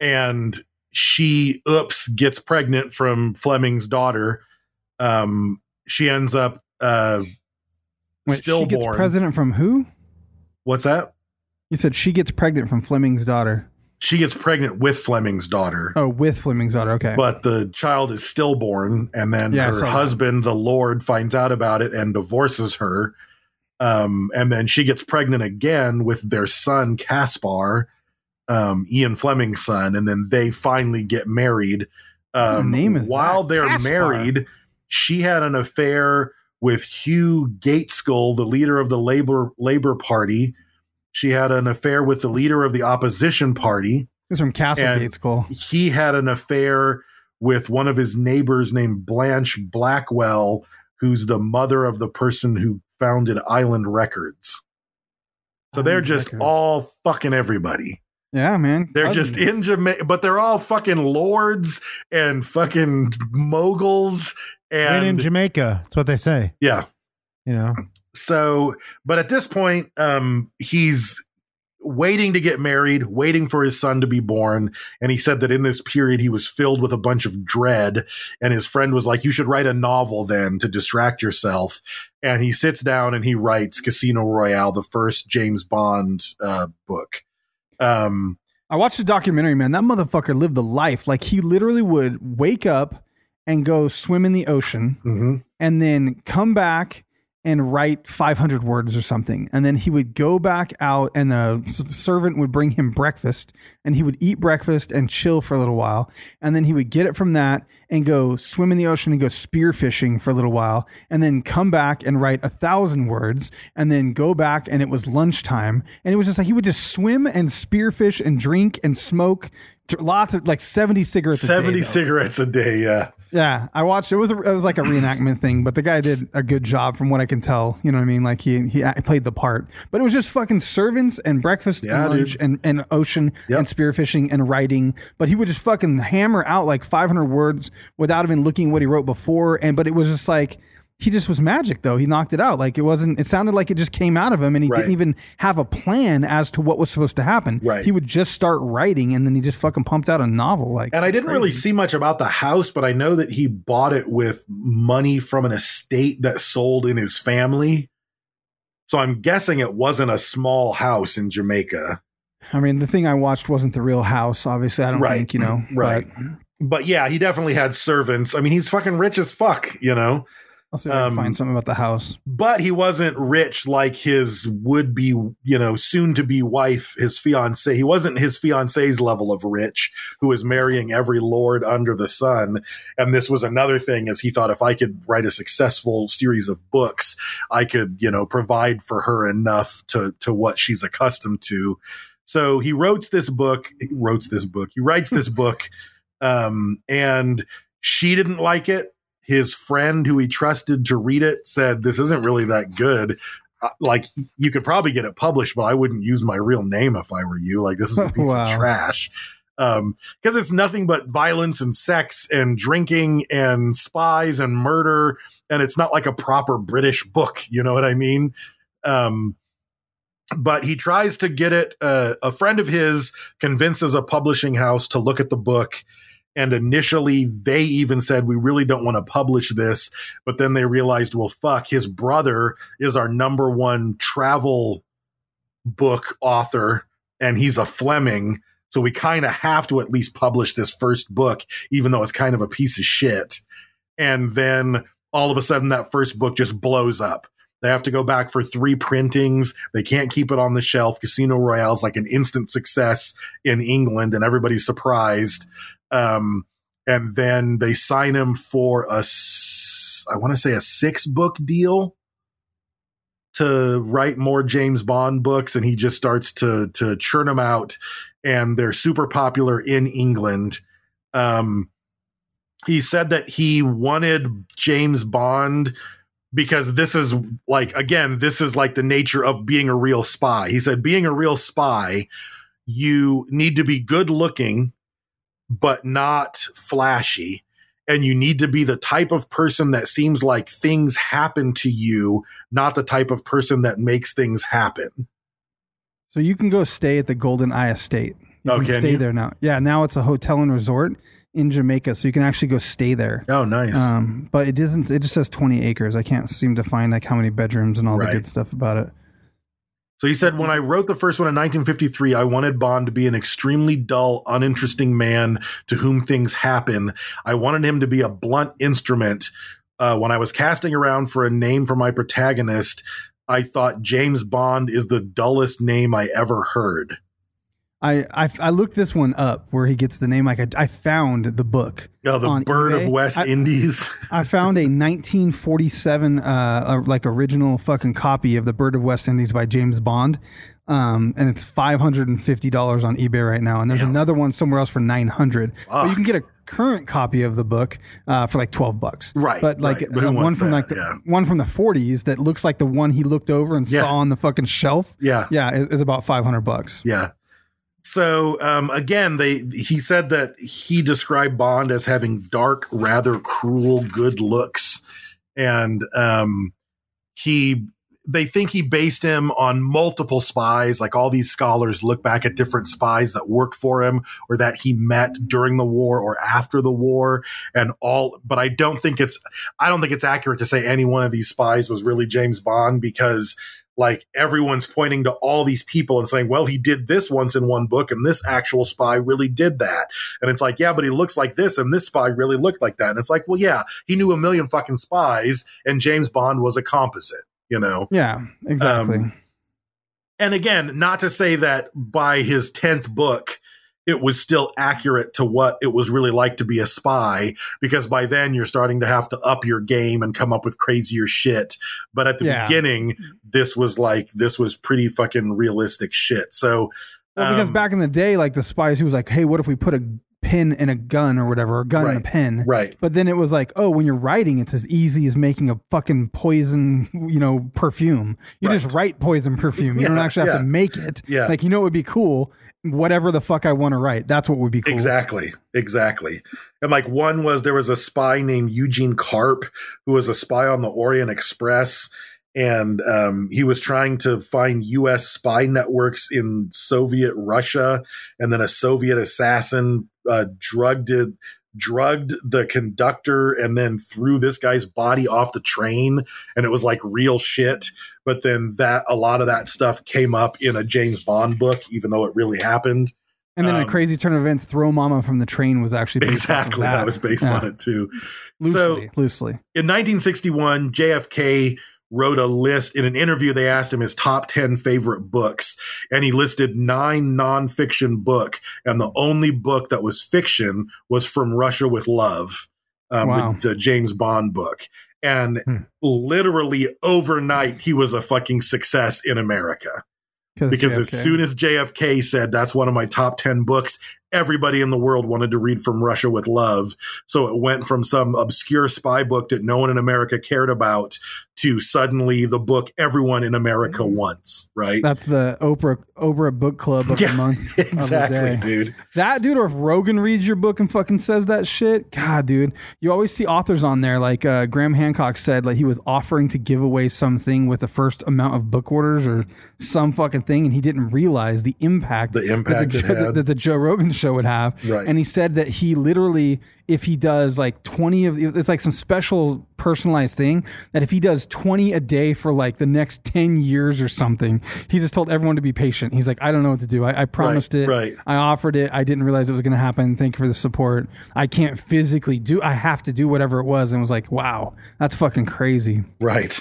S3: and she oops gets pregnant from Fleming's daughter. Um, she ends up uh,
S1: Wait, She gets
S3: stillborn.
S1: pregnant from who?
S3: What's that?
S1: You said she gets pregnant from Fleming's daughter.
S3: She gets pregnant with Fleming's daughter,
S1: Oh, with Fleming's daughter. Okay.
S3: but the child is stillborn, and then
S1: Yeah, I saw
S3: her
S1: that.
S3: husband, the Lord, finds out about it and divorces her. Um, and then she gets pregnant again with their son Caspar, um, Ian Fleming's son, and then they finally get married.
S1: a
S3: Um,
S1: name is
S3: while
S1: that?
S3: they're
S1: Caspar.
S3: married, she had an affair with Hugh Gateskill, the leader of the labor Labor Party. She had an affair with the leader of the opposition party.
S1: It's from Castlegate
S3: and-
S1: School.
S3: he had an affair with one of his neighbors named Blanche Blackwell, who's the mother of the person who founded Island Records. So they're just
S1: Hijackers.
S3: all fucking everybody.
S1: Yeah, man.
S3: They're
S1: Cousins.
S3: just in Jamaica, but they're all fucking lords and fucking moguls
S2: Win in
S3: and
S2: Jamaica. That's what they say.
S3: yeah.
S2: You know,
S3: So, but at this point, um, he's waiting to get married, waiting for his son to be born, and he said that in this period he was filled with a bunch of dread, and his friend was like, "You should write a novel then to distract yourself." And he sits down and he writes Casino Royale, the first James Bond uh, book. Um,
S1: I watched the documentary, man. That motherfucker lived the life. Like he literally would wake up and go swim in the ocean and then come back and write 500 words or something. And then he would go back out and the s- servant would bring him breakfast and he would eat breakfast and chill for a little while. And then he would get it from that and go swim in the ocean and go spear fishing for a little while and then come back and write a thousand words and then go back and it was lunchtime. And it was just like he would just swim and spearfish and drink and smoke dr- lots of like 70 cigarettes a day,
S3: 70
S1: though.
S3: cigarettes a day. Yeah.
S1: Yeah, I watched. It was a, it was like a reenactment thing, but the guy did a good job from what I can tell. You know what I mean? Like he he a- played the part, but it was just fucking servants and breakfast
S3: Yeah,
S1: and lunch
S3: dude.
S1: and, and ocean
S3: Yep.
S1: and spearfishing and writing. But he would just fucking hammer out like 500 words without even looking what he wrote before. And but it was just like he just was magic though. He knocked it out. Like it wasn't. It sounded like it just came out of him, and he
S3: Right.
S1: didn't even have a plan as to what was supposed to happen.
S3: Right.
S1: He would just start writing, and then he just fucking pumped out a novel. Like
S3: And I didn't really see much about the house, but I know that he bought it with money from an estate that sold in his family. So I'm guessing it wasn't a small house in Jamaica.
S1: I mean, the thing I watched wasn't the Real House. Obviously, I don't
S3: Right.
S1: think you know.
S3: Right.
S1: but
S3: But yeah, he definitely had servants. I mean, he's fucking rich as fuck, you know?
S1: I'll see if I
S3: Um,
S1: can find something about the house.
S3: But he wasn't rich like his would be, you know, soon to be wife, his fiance. He wasn't his fiance's level of rich, who was marrying every lord under the sun. And this was another thing is he thought if I could write a successful series of books, I could, you know, provide for her enough to to what she's accustomed to. So he wrote this book, he wrote this book, he writes this book, um, and she didn't like it. His friend who he trusted to read it said, This isn't really that good. Uh, Like you could probably get it published, but I wouldn't use my real name if I were you. Like this is a piece
S1: Wow.
S3: of trash. Um, because it's nothing but violence and sex and drinking and spies and murder, and it's not like a proper British book, you know what I mean? Um, but he tries to get it. Uh, a friend of his convinces a publishing house to look at the book. And initially, they even said, We really don't want to publish this. But then they realized, Well, fuck, his brother is our number one travel book author, and he's a Fleming. So we kind of have to at least publish this first book, even though it's kind of a piece of shit. And then all of a sudden, that first book just blows up. They have to go back for three printings. They can't keep it on the shelf. Casino Royale is like an instant success in England, and everybody's surprised. Um, and then they sign him for a, s- I want to say a six book deal to write more James Bond books, and he just starts to to churn them out. And they're super popular in England. Um, he said that he wanted James Bond because this is like again this is like the nature of being a real spy he said being a real spy you need to be good looking but not flashy and you need to be the type of person that seems like things happen to you not the type of person that makes things happen
S1: So you can go stay at the Golden Eye Estate. You
S3: Oh,
S1: can
S3: can
S1: stay
S3: you?
S1: there now. Yeah, now it's a hotel and resort in Jamaica, so you can actually go stay there.
S3: oh nice
S1: Um, but it doesn't. It just says twenty acres. I can't seem to find like how many bedrooms and all
S3: Right.
S1: the good stuff about it.
S3: So he said, when
S1: Mm-hmm.
S3: I wrote the first one in 1953, I wanted Bond to be an extremely dull, uninteresting man to whom things happen. I wanted him to be a blunt instrument. Uh, when I was casting around for a name for my protagonist, I thought James Bond is the dullest name I ever heard.
S1: I, I I looked this one up where he gets the name. Like I, I found the book.
S3: Oh, the
S1: on
S3: Bird
S1: eBay.
S3: of West
S1: I-
S3: Indies.
S1: I found a 1947 uh, uh, like original fucking copy of The Bird of West Indies by James Bond, Um, and it's five hundred and fifty dollars on eBay right now, and there's another one somewhere else for nine hundred. But you can get a current copy of the book uh, for like twelve bucks,
S3: Right,
S1: But like
S3: right. But who
S1: uh, one
S3: wants
S1: from
S3: that?
S1: like the
S3: Yeah.
S1: one from the forties that looks like the one he looked over and
S3: Yeah.
S1: saw on the fucking shelf,
S3: Yeah.
S1: yeah, is, is about five hundred bucks.
S3: Yeah. So um, again, they he said that he described Bond as having dark, rather cruel, good looks, and um, he they think he based him on multiple spies. Like all these scholars look back at different spies that worked for him or that he met during the war or after the war, and all. But I don't think it's I don't think it's accurate to say any one of these spies was really James Bond because like everyone's pointing to all these people and saying, well, he did this once in one book and this actual spy really did that. And it's like, yeah, but he looks like this and this spy really looked like that. And it's like, well, yeah, he knew a million fucking spies and James Bond was a composite, you know?
S1: Yeah, exactly.
S3: Um, And again, not to say that by his 10th book, it was still accurate to what it was really like to be a spy, because by then you're starting to have to up your game and come up with crazier shit. But at the
S1: Yeah.
S3: beginning, this was like, this was pretty fucking realistic shit. So,
S1: Well, because
S3: um,
S1: back in the day, like the spies, who was like, "Hey, what if we put a pin in a gun or whatever, a gun in a
S3: Right,
S1: pen?"
S3: right.
S1: But then it was like, "Oh, when you're writing, it's as easy as making a fucking poison, you know, perfume. You just write poison perfume. You don't
S3: Yeah,
S1: actually have
S3: yeah.
S1: to make it.
S3: Yeah.
S1: Like you know, it would be cool. Whatever the fuck I want to write, that's what would be cool.
S3: Exactly. Exactly. And like one was there was a spy named Eugene Karp who was a spy on the Orient Express and um, he was trying to find US spy networks in Soviet Russia and then a Soviet assassin uh, drugged it drugged the conductor and then threw this guy's body off the train and it was like real shit but then that a lot of that stuff came up in a James Bond book even though it really happened
S1: And then a
S3: Um,
S1: crazy turn of events, throw mama from the train was actually based off of
S3: exactly that. was based
S1: Yeah.
S3: on it too so
S1: Loosely, loosely.
S3: in 1961 jfk wrote a list in an interview they asked him his top 10 favorite books and he listed nine nonfiction book and the only book that was fiction was from russia with love um, the-
S1: Wow.
S3: the, james bond book and
S2: Hmm.
S3: literally overnight he was a fucking success in america because as soon as JFK said that's one of my top 10 books, everybody in the world wanted to read From Russia with Love. So it went from some obscure spy book that no one in America cared about to suddenly the book everyone in America
S1: Mm-hmm.
S3: wants, right?
S1: that's the Oprah Oprah Book Club of
S3: Yeah,
S1: the month. of the
S3: exactly,
S1: day.
S3: dude.
S1: That dude, or if Rogan reads your book and fucking says that shit, God, dude, you always see authors on there. Like uh, Graham Hancock said, like he was offering to give away something with the first amount of book orders or some fucking thing, and he didn't realize the impact,
S3: The
S1: that,
S3: impact
S1: the,
S3: it
S1: Jo-
S3: had.
S1: that the Joe Rogan show would have.
S3: Right.
S1: And he said that he literally, if he does like twenty of, it's like some special personalized thing that if he does twenty a day for like the next ten years or something, he just told everyone to be patient. He's like, I don't know what to do. I, I promised it.
S3: right.
S1: I offered it. I didn't realize it was going to happen. Thank you for the support. I can't physically do. I have to do whatever it was, and was like, wow, that's fucking crazy.
S3: Right.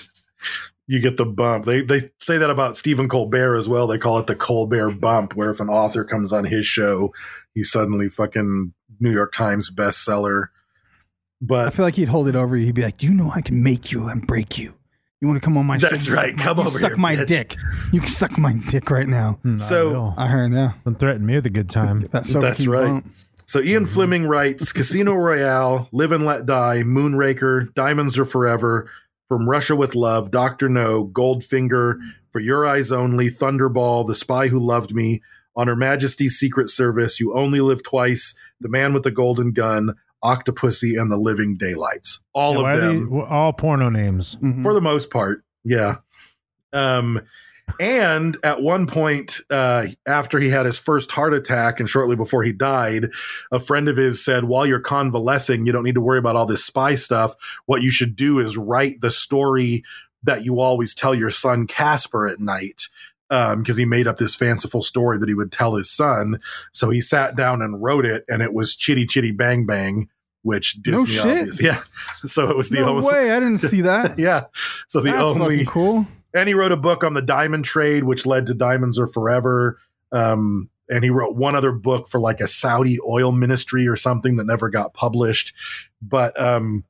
S3: You get the bump. They they say that about Stephen Colbert as well. They call it the Colbert bump, where if an author comes on his show, he's suddenly fucking New York Times bestseller. But
S1: I feel like he'd hold it over you. He'd be like, do you know I can make you and break you? You want to come on my?
S3: That's
S1: show? You
S3: right.
S1: suck my-
S3: Come
S1: you
S3: over
S1: Suck
S3: here,
S1: my
S3: bitch."
S1: dick. You can suck my dick right now.
S2: Hmm.
S3: So-
S1: I heard now.
S2: don't threaten me with a good time.
S1: That's, so
S3: That's right. So Ian
S2: Mm-hmm.
S3: Fleming writes Casino Royale, Live and Let Die, Moonraker, Diamonds Are Forever, From Russia with Love, Doctor No, Goldfinger, For Your Eyes Only, Thunderball, The Spy Who Loved Me, On Her Majesty's Secret Service, You Only Live Twice, The Man with the Golden Gun, Octopussy, and The Living Daylights. All
S2: Why
S3: of
S2: are they-
S3: them
S2: w- all porno names.
S1: Mm-hmm.
S3: for the most part. Yeah. Um, and at one point, uh, after he had his first heart attack and shortly before he died, a friend of his said, While you're convalescing, you don't need to worry about all this spy stuff. What you should do is write the story that you always tell your son Casper at night. Because he made up this fanciful story that he would tell his son. So he sat down and wrote it, and it was Chitty Chitty Bang Bang, which Disney
S1: No shit.
S3: obviously. Yeah. So it was the
S1: No
S3: only
S1: way. I didn't see that.
S3: yeah. So the
S1: That's
S3: only
S1: fucking cool.
S3: and he wrote a book on the diamond trade, which led to Diamonds Are Forever. Um, and he wrote one other book for like a Saudi oil ministry or something that never got published. But um,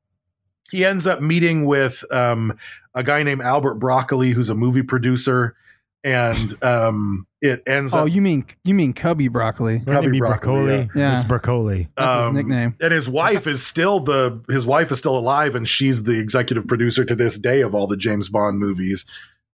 S3: he ends up meeting with um, a guy named Albert Broccoli, who's a movie producer, and um, it ends
S1: Oh,
S3: up
S1: you mean you mean Cubby Broccoli?
S2: Wouldn't it
S3: Probably
S2: be
S3: broccoli,
S2: broccoli.
S1: yeah. Yeah.
S2: It's broccoli.
S1: That's
S3: um,
S1: his nickname.
S3: and his wife is still the his wife is still alive and she's the executive producer to this day of all the James Bond movies.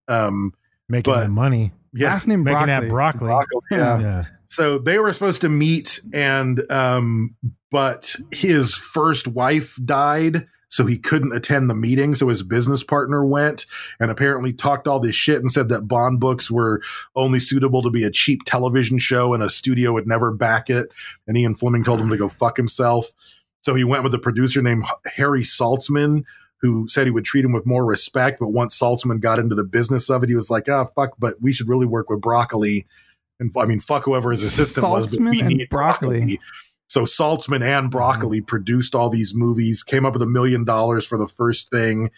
S3: Um
S2: Making
S3: but-
S2: that money.
S3: yeah.
S1: Last name
S2: Making
S1: Broccoli.
S2: that broccoli.
S3: Broccoli, yeah. So they were supposed to meet and um but his first wife died so he couldn't attend the meeting so his business partner went and apparently talked all this shit and said that Bond books were only suitable to be a cheap television show and a studio would never back it and Ian Fleming told him to go fuck himself. So he went with a producer named H- Harry Saltzman, who said he would treat him with more respect. But once Saltzman got into the business of it, he was like, ah, fuck, but we should really work with Broccoli. And I mean, fuck whoever his assistant was, but
S1: Saltzman
S3: we
S1: and
S3: need broccoli.
S1: Broccoli. Mm-hmm.
S3: So Saltzman and Broccoli produced all these movies, came up with a million dollars for the first thing.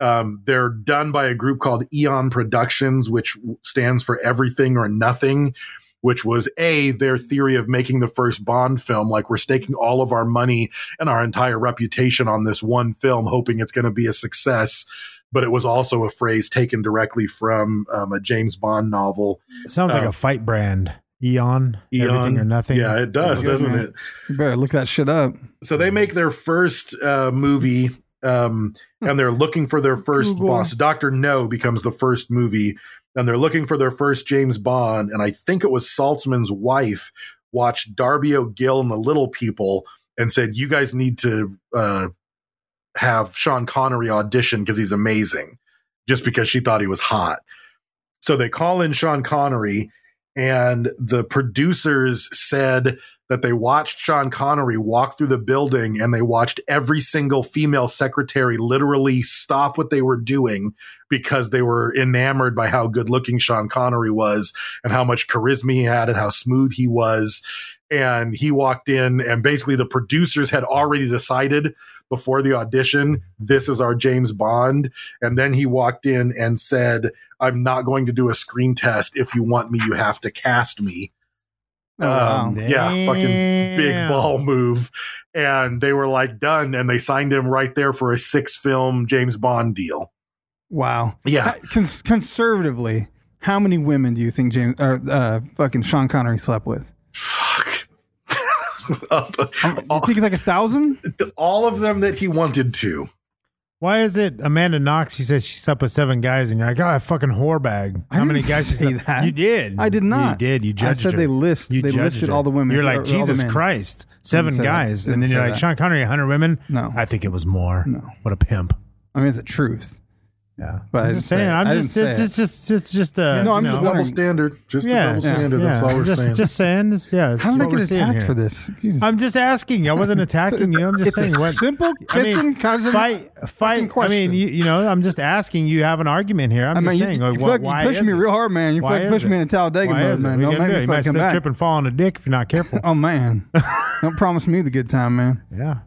S3: Um, they're done by a group called Eon Productions, which w- stands for Everything or Nothing which was a their theory of making the first bond film like we're staking all of our money and our entire reputation on this one film hoping it's going to be a success but it was also a phrase taken directly from um, a james bond novel
S2: Sounds like
S3: Um,
S2: a fight brand. Eon. Everything
S3: Eon.
S2: or nothing.
S3: yeah it does
S1: Yeah,
S3: doesn't
S1: man.
S3: it
S1: You better look that shit up.
S3: so they make their first uh, movie um, and they're looking for their first
S1: Google.
S3: boss dr no becomes the first movie and they're looking for their first james bond and i think it was saltzman's wife watched darby o'gill and the little people and said you guys need to uh, have sean connery audition because he's amazing just because she thought he was hot so they call in sean connery and the producers said that they watched Sean Connery walk through the building and they watched every single female secretary literally stop what they were doing because they were enamored by how good looking Sean Connery was and how much charisma he had and how smooth he was. And he walked in, and basically the producers had already decided before the audition, this is our James Bond. And then he walked in and said, I'm not going to do a screen test. If you want me, you have to cast me
S1: Oh, wow.
S3: um, yeah, fucking big
S2: Damn.
S3: ball move. And they were like done, and they signed him right there for a six film James Bond deal.
S1: Wow.
S3: Yeah.
S1: How- cons- conservatively, how many women do you think James or uh, fucking Sean Connery slept with?
S3: Fuck.
S1: You
S3: all,
S1: think it's like a thousand?
S3: all of them that he wanted to.
S2: Why is it Amanda Knox? She says she slept with seven guys, and you're like, oh, a fucking whore bag.
S1: I
S2: How many
S1: didn't
S2: guys? she
S1: say
S2: slept-
S1: that.
S2: You did.
S1: I did
S2: You
S1: not.
S2: did. You
S1: I
S2: judged.
S1: said
S2: her.
S1: they list-
S2: You
S1: they
S2: judged
S1: listed
S2: her.
S1: all the women,
S2: You're
S1: or-
S2: like
S1: or all the
S2: Jesus
S1: men."
S2: Christ, seven
S1: say that.
S2: guys,
S1: Didn't
S2: and then you're
S1: say
S2: like
S1: that.
S2: Sean Connery, hundred women.
S1: No.
S2: I think it was more.
S1: No.
S2: what a pimp.
S1: I mean, it's the truth.
S2: Yeah,
S1: But I
S2: I'm
S1: didn't
S2: just
S1: say
S2: saying.
S1: it.
S2: I'm
S1: I
S2: just.
S1: didn't
S2: It's,
S1: say
S2: it's just. It's just. Uh,
S1: no, I'm
S2: you
S1: just
S2: know.
S3: Double
S1: wondering-
S3: standard. Just a
S2: Yeah,
S3: double
S2: yeah,
S3: standard. That's
S2: yeah.
S3: all we're
S2: just,
S3: saying.
S2: Just saying. This, yeah, that's
S1: How did I
S2: what
S1: get
S2: we're saying
S1: attacked
S2: here.
S1: for this? Jesus.
S2: I'm just asking. I wasn't attacking you. I'm just
S1: It's a
S2: saying. what,
S1: simple kissing cousin
S2: fight,
S1: fucking
S2: fight. I mean,
S1: question.
S2: you, you know, I'm just asking. You have an argument here. I'm
S1: I mean,
S2: just
S1: you,
S2: saying.
S1: you,
S2: like, wha-
S1: fuck- you
S2: why
S1: pushed
S2: is
S1: me
S2: it?
S1: real hard, man. You
S2: Why
S1: fucking
S2: is
S1: pushed
S2: it?
S1: me in Talladega
S2: Why
S1: mode,
S2: is it?
S1: man.
S2: What are
S1: Don't
S2: you
S1: make
S2: gonna do?
S1: me
S2: You might
S1: fucking
S2: slip,
S1: back.
S2: trip, and fall in a dick if you're not careful.
S1: Oh man, don't promise me the good time, man.
S2: yeah.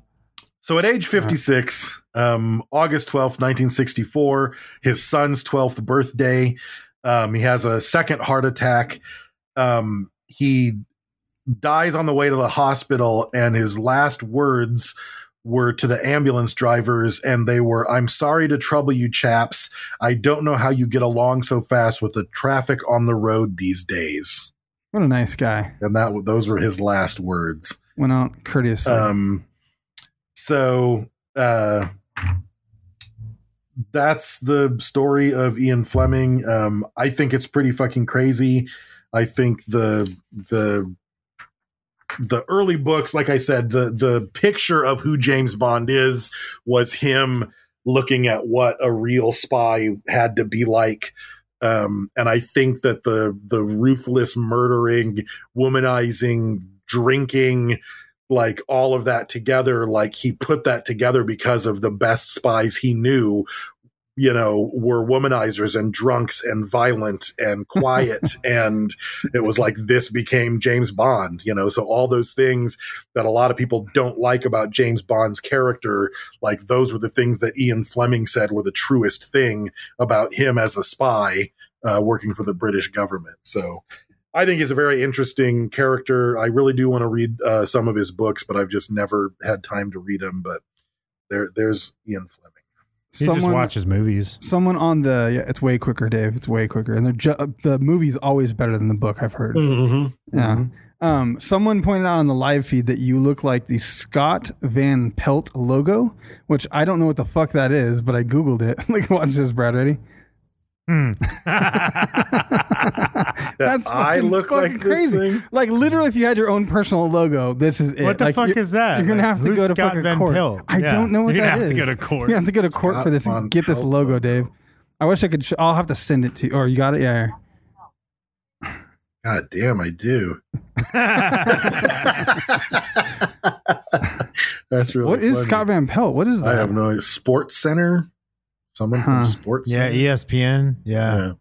S3: So at age 56, um, August 12th, 1964, his son's 12th birthday, um, he has a second heart attack. Um, he dies on the way to the hospital, and his last words were to the ambulance drivers, and they were, I'm sorry to trouble you, chaps. I don't know how you get along so fast with the traffic on the road these days.
S1: What a nice guy.
S3: And that those were his last words.
S1: Went out courteously.
S3: Um, so uh, that's the story of Ian Fleming. Um, I think it's pretty fucking crazy. I think the the the early books, like I said, the the picture of who James Bond is was him looking at what a real spy had to be like. Um, and I think that the the ruthless murdering, womanizing, drinking, like all of that together like he put that together because of the best spies he knew you know were womanizers and drunks and violent and quiet and it was like this became James Bond you know so all those things that a lot of people don't like about James Bond's character like those were the things that Ian Fleming said were the truest thing about him as a spy uh, working for the British government so I think he's a very interesting character. I really do want to read uh, some of his books, but I've just never had time to read them. But there, there's Ian Fleming.
S2: He just watches movies.
S1: someone on the yeah, it's way quicker, Dave. It's way quicker, and the ju- uh, the movie's always better than the book. I've heard. Yeah. Um, someone pointed out on the live feed that you look like the Scott Van Pelt logo, which I don't know what the fuck that is, but I googled it. like, watch this, Brad. Ready?
S3: That I
S1: fucking-
S3: look
S1: fucking
S3: like this thing.
S1: Like literally, if you had your own personal logo, this is it.
S2: What the
S1: Like,
S2: fuck
S1: you're-
S2: is that?
S1: You're gonna have to
S2: Who's
S1: go to
S2: Scott
S1: fucking
S2: Van
S1: court.
S2: Pelt?
S1: I
S2: Yeah.
S1: don't know what
S2: You're gonna
S1: that
S2: have to
S1: is.
S2: go to court.
S1: You have to go to court
S3: Scott
S1: for this
S3: Van
S1: and get this
S3: Pelt
S1: logo,
S3: logo.
S1: Dave. I wish I could. Sh- I'll have to send it to you. Or you got it? Yeah.
S3: God damn, I do. That's really
S1: What is
S3: funny.
S1: Scott Van Pelt? What is that?
S3: I have no idea. Sports Center. Someone
S1: Huh.
S3: from Sports.
S2: Yeah, E
S3: Center?
S2: ESPN. Yeah,
S3: Yeah.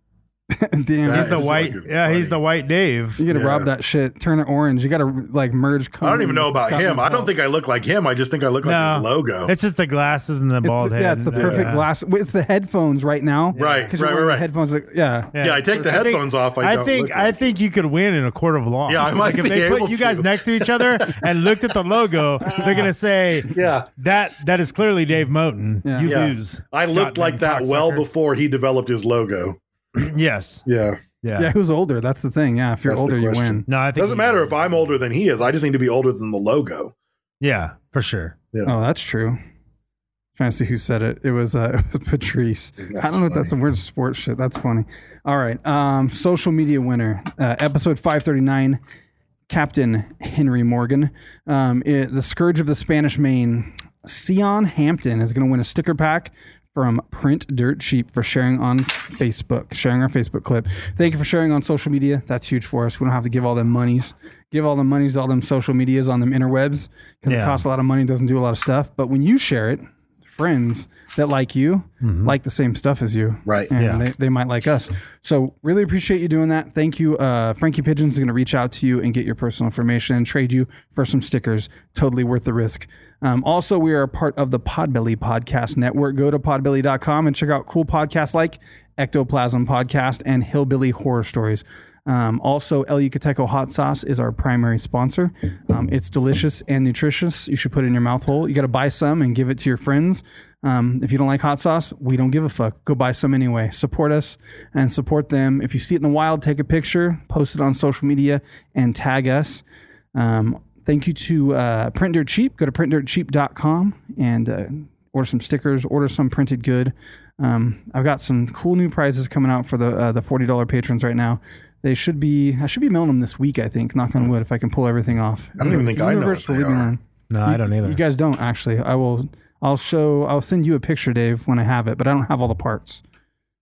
S1: Damn.
S3: That
S2: he's the
S3: is
S2: white.
S3: fucking
S2: Yeah, he's
S3: funny.
S2: the white Dave.
S1: You gotta
S3: Yeah.
S1: rob that shit. Turn it orange. You gotta like merge.
S3: I don't
S1: Conan
S3: even know
S1: with
S3: about
S1: Scott
S3: him.
S1: Van
S3: I don't
S1: Pelt.
S3: think I look like him. I just think I look like his logo.
S2: It's just the glasses and the
S1: It's
S2: bald
S1: the,
S2: head.
S1: yeah, it's the perfect
S2: Yeah.
S1: glass. It's the headphones right now.
S3: Right,
S1: 'Cause you're
S3: right,
S1: wearing
S3: right,
S1: the
S3: right.
S1: Headphones. Like, yeah.
S3: Yeah, I take the
S2: think-
S3: headphones off, I don't
S2: think
S3: look
S2: I
S3: like it.
S2: think you could win in a court of law.
S3: Yeah, I might
S2: like if
S3: be
S2: they
S3: able
S2: put you guys
S3: to.
S2: next to each other and looked at the logo, they're gonna say,
S3: Yeah.
S2: that that is clearly Dave Moten.
S1: Yeah.
S2: You
S3: Yeah.
S2: lose."
S3: I
S2: Scott
S3: looked like
S2: Van
S3: that well
S2: cocksucker."
S3: before he developed his logo.
S2: yes.
S3: Yeah.
S2: Yeah.
S1: yeah, Who's older? That's the thing. Yeah, if you're
S3: That's the
S1: older, you
S3: question.
S1: win.
S2: No, I think
S3: Doesn't
S2: he-
S3: matter if I'm older than he is. I just need to be older than the logo.
S2: Yeah, for sure.
S1: Oh, that's true. Trying to see who said it. It was uh, it was Patrice. I don't know if that's some weird sports shit. That's funny. All right. Um, social media winner, uh, episode five thirty nine. Captain Henry Morgan, um, it- the scourge of the Spanish Main, Sion Hampton is going to win a sticker pack from Print Dirt Cheap for sharing on Facebook, sharing our Facebook clip. Thank you for sharing on social media. That's huge for us. We don't have to give all them monies. Give all the monies to all them social medias on them interwebs because it
S2: Yeah.
S1: costs a lot of money, doesn't do a lot of stuff. But when you share it, friends that like you like the same stuff as you.
S3: Right.
S1: And
S2: Yeah.
S1: they, they might like us. So really appreciate you doing that. Thank you. Uh, Frankie Pigeons is going to reach out to you and get your personal information and trade you for some stickers. Totally worth the risk. Um, also, we are a part of the Podbelly Podcast Network. Go to podbelly.com and check out cool podcasts like Ectoplasm Podcast and Hillbilly Horror Stories. Um, also, El Yucateco Hot Sauce is our primary sponsor. Um, it's delicious and nutritious. You should put it in your mouth hole. You got to buy some and give it to your friends. Um, if you don't like hot sauce, we don't give a fuck. Go buy some anyway. Support us and support them. If you see it in the wild, take a picture, post it on social media, and tag us. Um, thank you to uh, Print Dirt Cheap. Go to printdirtcheap.com and uh, order some stickers, order some printed good. Um, I've got some cool new prizes coming out for the uh, the forty dollar patrons right now. They should be. I should be mailing them this week. I think. Knock on wood. If I can pull everything off. I
S3: don't even think I know what they are.
S2: No, I don't either.
S1: You guys don't actually. I will. I'll show. I'll send you a picture, Dave, when I have it. But I don't have all the parts.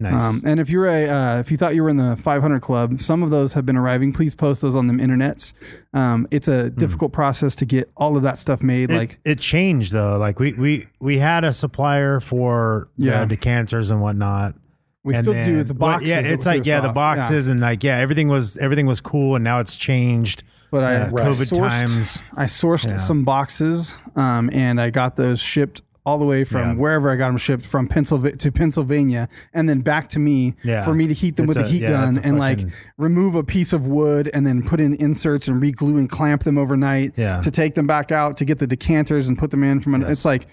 S2: nice.
S1: Um, and if you're a, uh, if you thought you were in the 500 club, some of those have been arriving. Please post those on the internets. Um, it's a difficult process to get all of that stuff made.
S2: Hmm. It-
S1: like,
S2: it, changed though. Like we we we had a supplier for yeah
S1: Yeah.
S2: decanters and whatnot.
S1: We
S2: And
S1: still do.
S2: then-
S1: It's
S2: well,
S1: boxes
S2: yeah,
S1: that
S2: it's
S1: we
S2: like
S1: threw
S2: yeah, the
S1: out.
S2: boxes and like yeah, everything was everything was cool, and now it's changed.
S1: but I
S2: uh,
S1: I
S2: COVID
S1: sourced,
S2: times.
S1: I sourced
S2: Yeah.
S1: some boxes, um, and I got those shipped all the way from
S2: Yeah.
S1: wherever I got them shipped from Pennsylvania to Pennsylvania, and then back to me
S2: Yeah.
S1: for me to heat them
S2: It's
S1: with a,
S2: a-
S1: heat
S2: yeah,
S1: gun
S2: it's
S1: and
S2: a
S1: like
S2: fucking-
S1: remove a piece of wood and then put in inserts and re-glue and clamp them overnight
S2: Yeah.
S1: to take them back out to get the decanters and put them in from an, it's like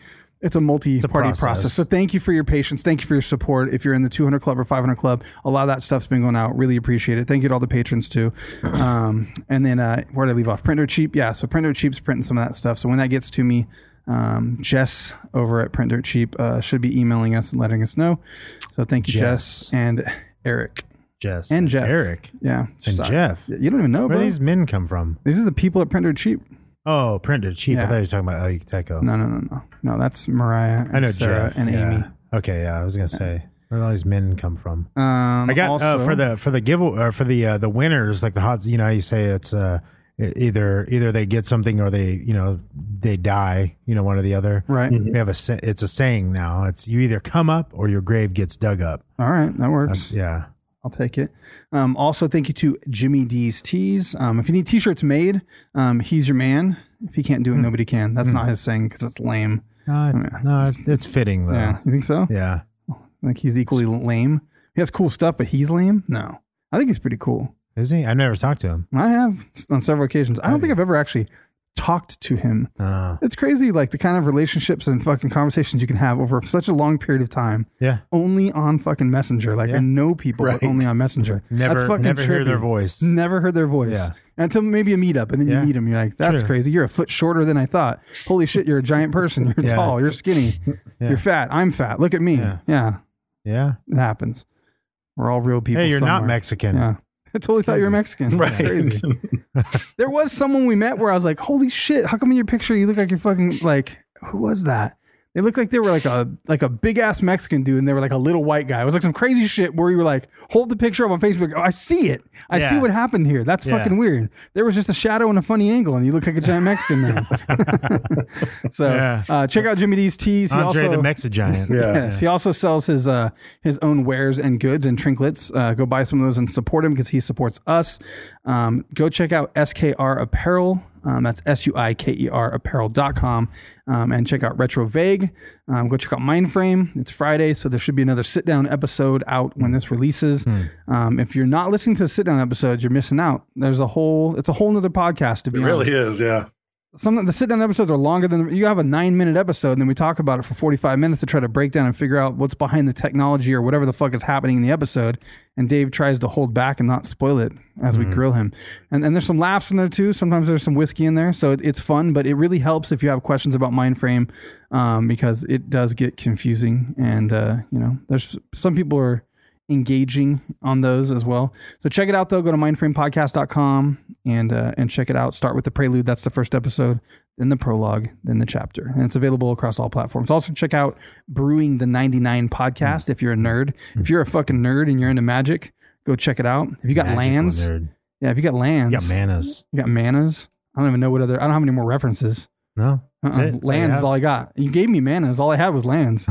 S1: it's a multi-party
S2: process.
S1: process. So thank you for your patience. Thank you for your support. If you're in the 200 club or 500 club, a lot of that stuff's been going out. Really appreciate it. Thank you to all the patrons too. Um, and then uh, where did I leave off? Printer cheap. Yeah. So printer cheap's printing some of that stuff. So when that gets to me, um, Jess over at Printer Cheap uh, should be emailing us and letting us know. So thank you, Jess,
S2: Jess.
S1: and Eric
S2: Jess
S1: and Jeff.
S2: Eric.
S1: Yeah.
S2: And
S1: Sorry.
S2: Jeff.
S1: You don't even know,
S2: Where
S1: bro.
S2: do
S1: These?
S2: these men come from?
S1: are the people at Printer Cheap.
S2: Oh, printed cheap.
S1: Yeah.
S2: I thought you were talking about El Yucateco.
S1: No, no, no, no. No, that's Mariah and
S2: I know
S1: Sarah
S2: Jeff
S1: and
S2: yeah.
S1: Amy.
S2: Okay, yeah, I was gonna say where do all these men come from?
S1: Um,
S2: I got
S1: also-
S2: uh, for the for the give or for the uh, the winners like the hot. You know, you say it's uh, e- either either they get something or they you know they die. You know, one or the other.
S1: Right.
S2: We have a sa- it's a saying now. It's you either come up or your grave gets dug up.
S1: All right, that works.
S2: That's, yeah.
S1: I'll take it. Um, also, thank you to Jimmy D's Tees. Um, if you need T-shirts made, um, he's your man. If he can't do it, nobody can. That's not his saying because it's lame.
S2: No, no, it's- it's fitting though.
S1: Yeah, you think so?
S2: Yeah.
S1: Like he's equally lame. He has cool stuff, but he's lame. No, I think he's pretty cool.
S2: Is he? I never talked to him.
S1: I have s- on several occasions. I don't think I've ever actually talked to him.
S2: Uh,
S1: It's crazy, like the kind of relationships and fucking conversations you can have over such a long period of time.
S2: Yeah.
S1: Only on fucking Messenger. Like I
S2: Yeah.
S1: know people, but
S3: Right.
S1: only on Messenger.
S2: Never-
S1: That's fucking
S2: never hear
S1: trippy.
S2: their voice.
S1: Never heard their voice.
S2: Yeah.
S1: Until maybe a meetup, and then
S2: Yeah.
S1: you meet them. You're like, that's
S2: True.
S1: crazy. You're a foot shorter than I thought. Holy shit, you're a giant person. You're
S2: Yeah.
S1: tall. You're skinny.
S2: Yeah.
S1: You're fat. I'm fat. Look at me.
S2: Yeah.
S1: Yeah.
S2: Yeah.
S1: it happens. We're all real people.
S2: Hey, you're not
S1: somewhere.
S2: Mexican.
S1: Yeah. I totally thought you were Mexican. Right. Crazy. there was someone we met where I was like, holy shit, how come in your picture you look like you're fucking like who was that? They looked like they were like a like a big ass Mexican dude and they were like a little white guy. It was like some crazy shit where you were like, hold the picture up on Facebook. Oh, I see it. I
S2: Yeah.
S1: see what happened here. That's
S2: Yeah.
S1: fucking weird. There was just a shadow and a funny angle and you look like a giant Mexican man. so
S2: Yeah.
S1: uh, check out Jimmy D's teas. He
S2: Andre
S1: also-
S2: the Mexigiant.
S1: Yes, he also sells his uh, his own wares and goods and trinklets. Uh, go buy some of those and support him because he supports us. Um, go check out SKR Apparel. Um, that's S U I K E R apparel.com. Um, and check out Retro Vague. Um, go check out Mindframe. It's Friday, so there should be another sit down episode out when this releases. Um, if you're not listening to the sit down episodes, you're missing out. There's a whole, it's a whole nother podcast to be
S3: It
S1: honest
S3: really is, yeah.
S1: some of the sit down episodes are longer than you have a nine minute episode and then we talk about it for 45 minutes to try to break down and figure out what's behind the technology or whatever the fuck is happening in the episode and dave tries to hold back and not spoil it as we grill him and, and there's some laughs in there too sometimes there's some whiskey in there so it, it's fun but it really helps if you have questions about mindframe um, because it does get confusing and uh, you know there's some people are engaging on those as well. So check it out though. Go to mindframepodcast.com and uh, and check it out. Start with the prelude. That's the first episode, then the prologue, then the chapter. And it's available across all platforms. Also check out Brewing the 99 podcast if you're a nerd.
S2: Hmm.
S1: If you're a fucking nerd and you're into magic, go check it out. If you got
S2: Magical
S1: lands,
S2: nerd.
S1: yeah, if you got lands,
S2: You got manas.
S1: you got manas. I don't even know what other I don't have any more references.
S2: No. That's
S1: Uh-uh.
S2: it. That's all you
S1: Lands
S2: have.
S1: is all I got. You gave me manas. All I had was lands.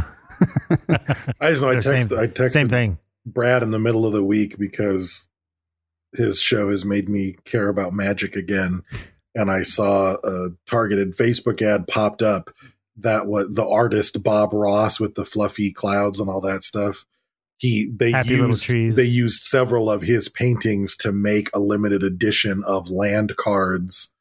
S3: I just know I
S2: They're
S3: texted,
S2: same,
S3: I texted
S2: same thing.
S3: Brad in the middle of the week because his show has made me care about magic again. And I saw a targeted Facebook ad popped up that was the artist Bob Ross with the fluffy clouds and all that stuff. He they
S2: Happy
S3: used
S2: Little Trees.
S3: they used several of his paintings to make a limited edition of land cards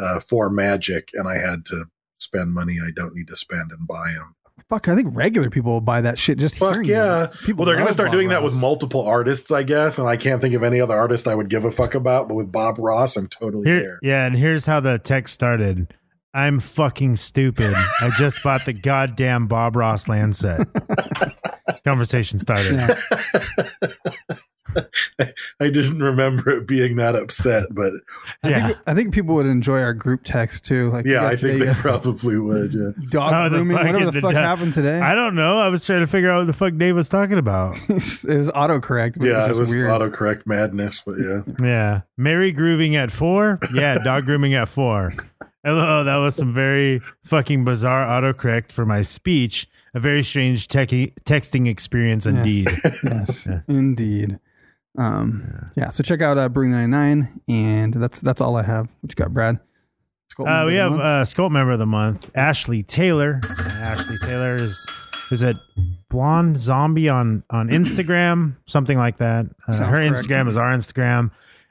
S3: uh, for Magic, and I had to spend money I don't need to spend and buy them.
S1: Fuck, I think regular people will buy that shit just
S3: Fuck
S1: hearing
S3: yeah.
S1: that. People
S3: well, they're going to
S1: love
S3: start
S1: Bob
S3: doing that
S1: Ross.
S3: with multiple artists, I guess. And I can't think of any other artist I would give a fuck about. But with Bob Ross, I'm totally
S2: Here,
S3: there.
S2: yeah, and here's how the text started. I'm fucking stupid. I just bought the goddamn Bob Ross land set. Conversation started.
S1: Yeah.
S3: I didn't remember it being that upset, but
S1: I
S2: Yeah.
S1: think, I think people would enjoy our group text too. Like,
S3: yeah, I
S1: yesterday,
S3: think they
S1: you guys- uh,
S3: probably would. Yeah.
S1: dog
S2: Oh, the
S1: grooming, uh, whatever
S2: fucking-
S1: the fuck happened today.
S2: I don't know. I was trying to figure out what the fuck Dave was talking about.
S1: it was autocorrect. But
S3: Yeah,
S1: it
S3: it
S1: was, just
S3: was
S1: weird.
S3: autocorrect madness, but yeah.
S2: Yeah. Mary grooving at four. Yeah. Dog grooming at four. Hello. That was some very fucking bizarre autocorrect for my speech. A very strange techie, texting experience indeed.
S1: yes, indeed. Um, yeah. So check out uh, Brewing Ninety Nine, and that's that's all I have. What you got, Brad?
S2: Uh,
S1: Sculpting of the
S2: we have
S1: month?
S2: uh, Sculpt member of the month, Ashley Taylor. Uh, Ashley Taylor is is it blonde zombie on on Instagram, something like that. Uh,
S1: Sounds
S2: her
S1: correct.
S2: Instagram is our Instagram,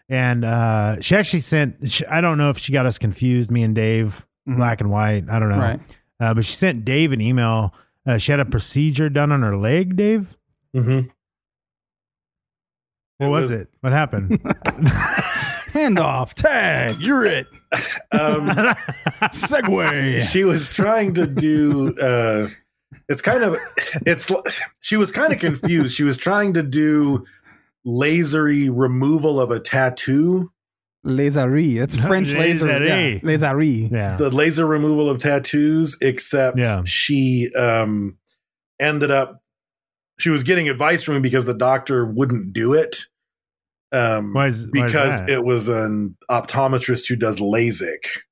S2: and uh, she actually sent. She, I don't know if she got us confused, me and Dave, black and white. I don't know,
S1: Right.
S2: uh, but she sent Dave an email. Uh, she had a procedure done on her leg, Dave.
S3: Mm-hmm.
S2: What was it? What happened?
S1: handoff tag. You're it. Segway.
S3: um, She was trying to do. Uh, it's kind of. It's. li- She was kind of confused. She was trying to do lasery removal of a tattoo
S1: Laserie. It's French laser.
S2: Laserie.
S1: Yeah. Laserie.
S2: yeah.
S3: the laser removal of tattoos, except
S2: Yeah.
S3: she um ended up she was getting advice from me because the doctor wouldn't do it. Um
S2: Why is- why is
S3: because
S2: that?
S3: it was an optometrist who does LASIK.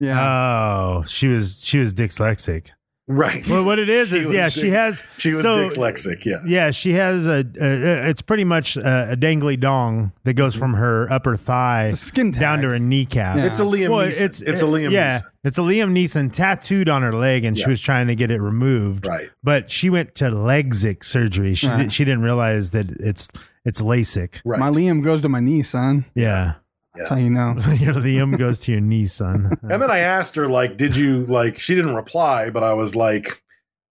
S1: Yeah.
S2: Oh, she was she was dyslexic.
S3: Right.
S2: Well, what it is
S3: She
S2: is
S3: was
S2: yeah,
S3: dick-
S2: she has
S3: she was
S2: so-
S3: dyslexic, yeah.
S2: Yeah, she has a, a it's pretty much a, a dangly dong that goes from her upper thigh
S1: It's a skin tag.
S2: down to her kneecap.
S1: Yeah.
S3: It's a Liam Neeson. It's, a Liam
S2: eh, yeah,
S3: Neeson.
S2: it's a Liam Neeson tattooed on her leg, and she
S3: Yeah.
S2: was trying to get it removed.
S3: Right.
S2: but she went to Legsic surgery. She
S1: Right.
S2: did, she didn't realize that it's it's LASIK.
S3: Right.
S1: My Liam goes to my knee, son.
S2: Yeah,
S1: That's how you know.
S2: Your the um goes to your knee, son.
S3: And then I asked her, like, did you like? She didn't reply, but I was like,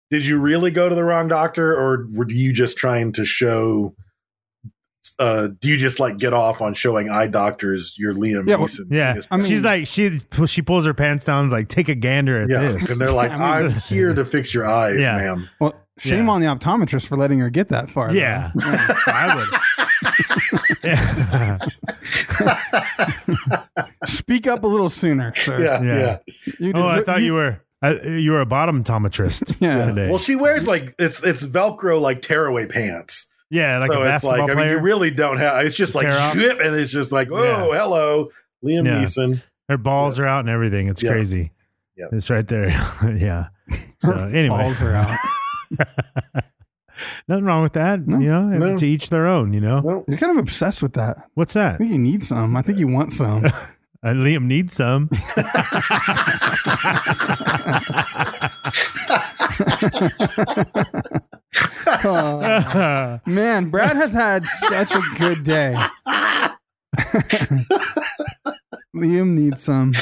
S3: did you really go to the wrong doctor, or were you just trying to show? Uh, do you just like get off on showing eye doctors your Liam
S1: Yeah, well,
S3: Neeson?
S2: Yeah,
S3: penis
S1: I mean-
S2: she's like she she pulls her pants down, and is like take a gander at
S3: Yeah,
S2: this.
S3: and they're like,
S1: I mean,
S3: "I'm here to fix your eyes,
S2: Yeah.
S3: ma'am."
S1: Well, shame
S2: Yeah.
S1: on the optometrist for letting her get that far. though.
S2: yeah, I would. yeah.
S1: Speak up a little sooner, sir.
S3: Yeah,
S2: Yeah.
S3: yeah.
S1: You
S2: Oh, I
S1: deserve-
S2: thought you were uh, you were a bottomtometrist.
S1: Yeah.
S2: today.
S3: Well, she wears like it's it's Velcro like tearaway pants,
S2: yeah, like
S3: so
S2: a
S3: it's
S2: basketball
S3: like I mean
S2: player.
S3: you really don't have. It's just like
S2: Tear off?
S3: zip, and it's just like, oh,
S2: Yeah.
S3: hello, Liam
S2: Yeah.
S3: Neeson.
S2: Her balls are out and everything. It's
S3: Yeah.
S2: crazy.
S3: Yeah.
S2: It's right there. yeah. So anyway,
S1: Balls are out.
S2: nothing wrong with that.
S1: No.
S2: you know, to each their own. You know,
S3: Well,
S1: You're kind of obsessed with that. I
S2: what's that?
S1: think you need some. I think you want some.
S2: Uh, Liam needs some.
S1: Oh,
S2: yeah,
S1: man, Brad has had such a good day. Liam needs some.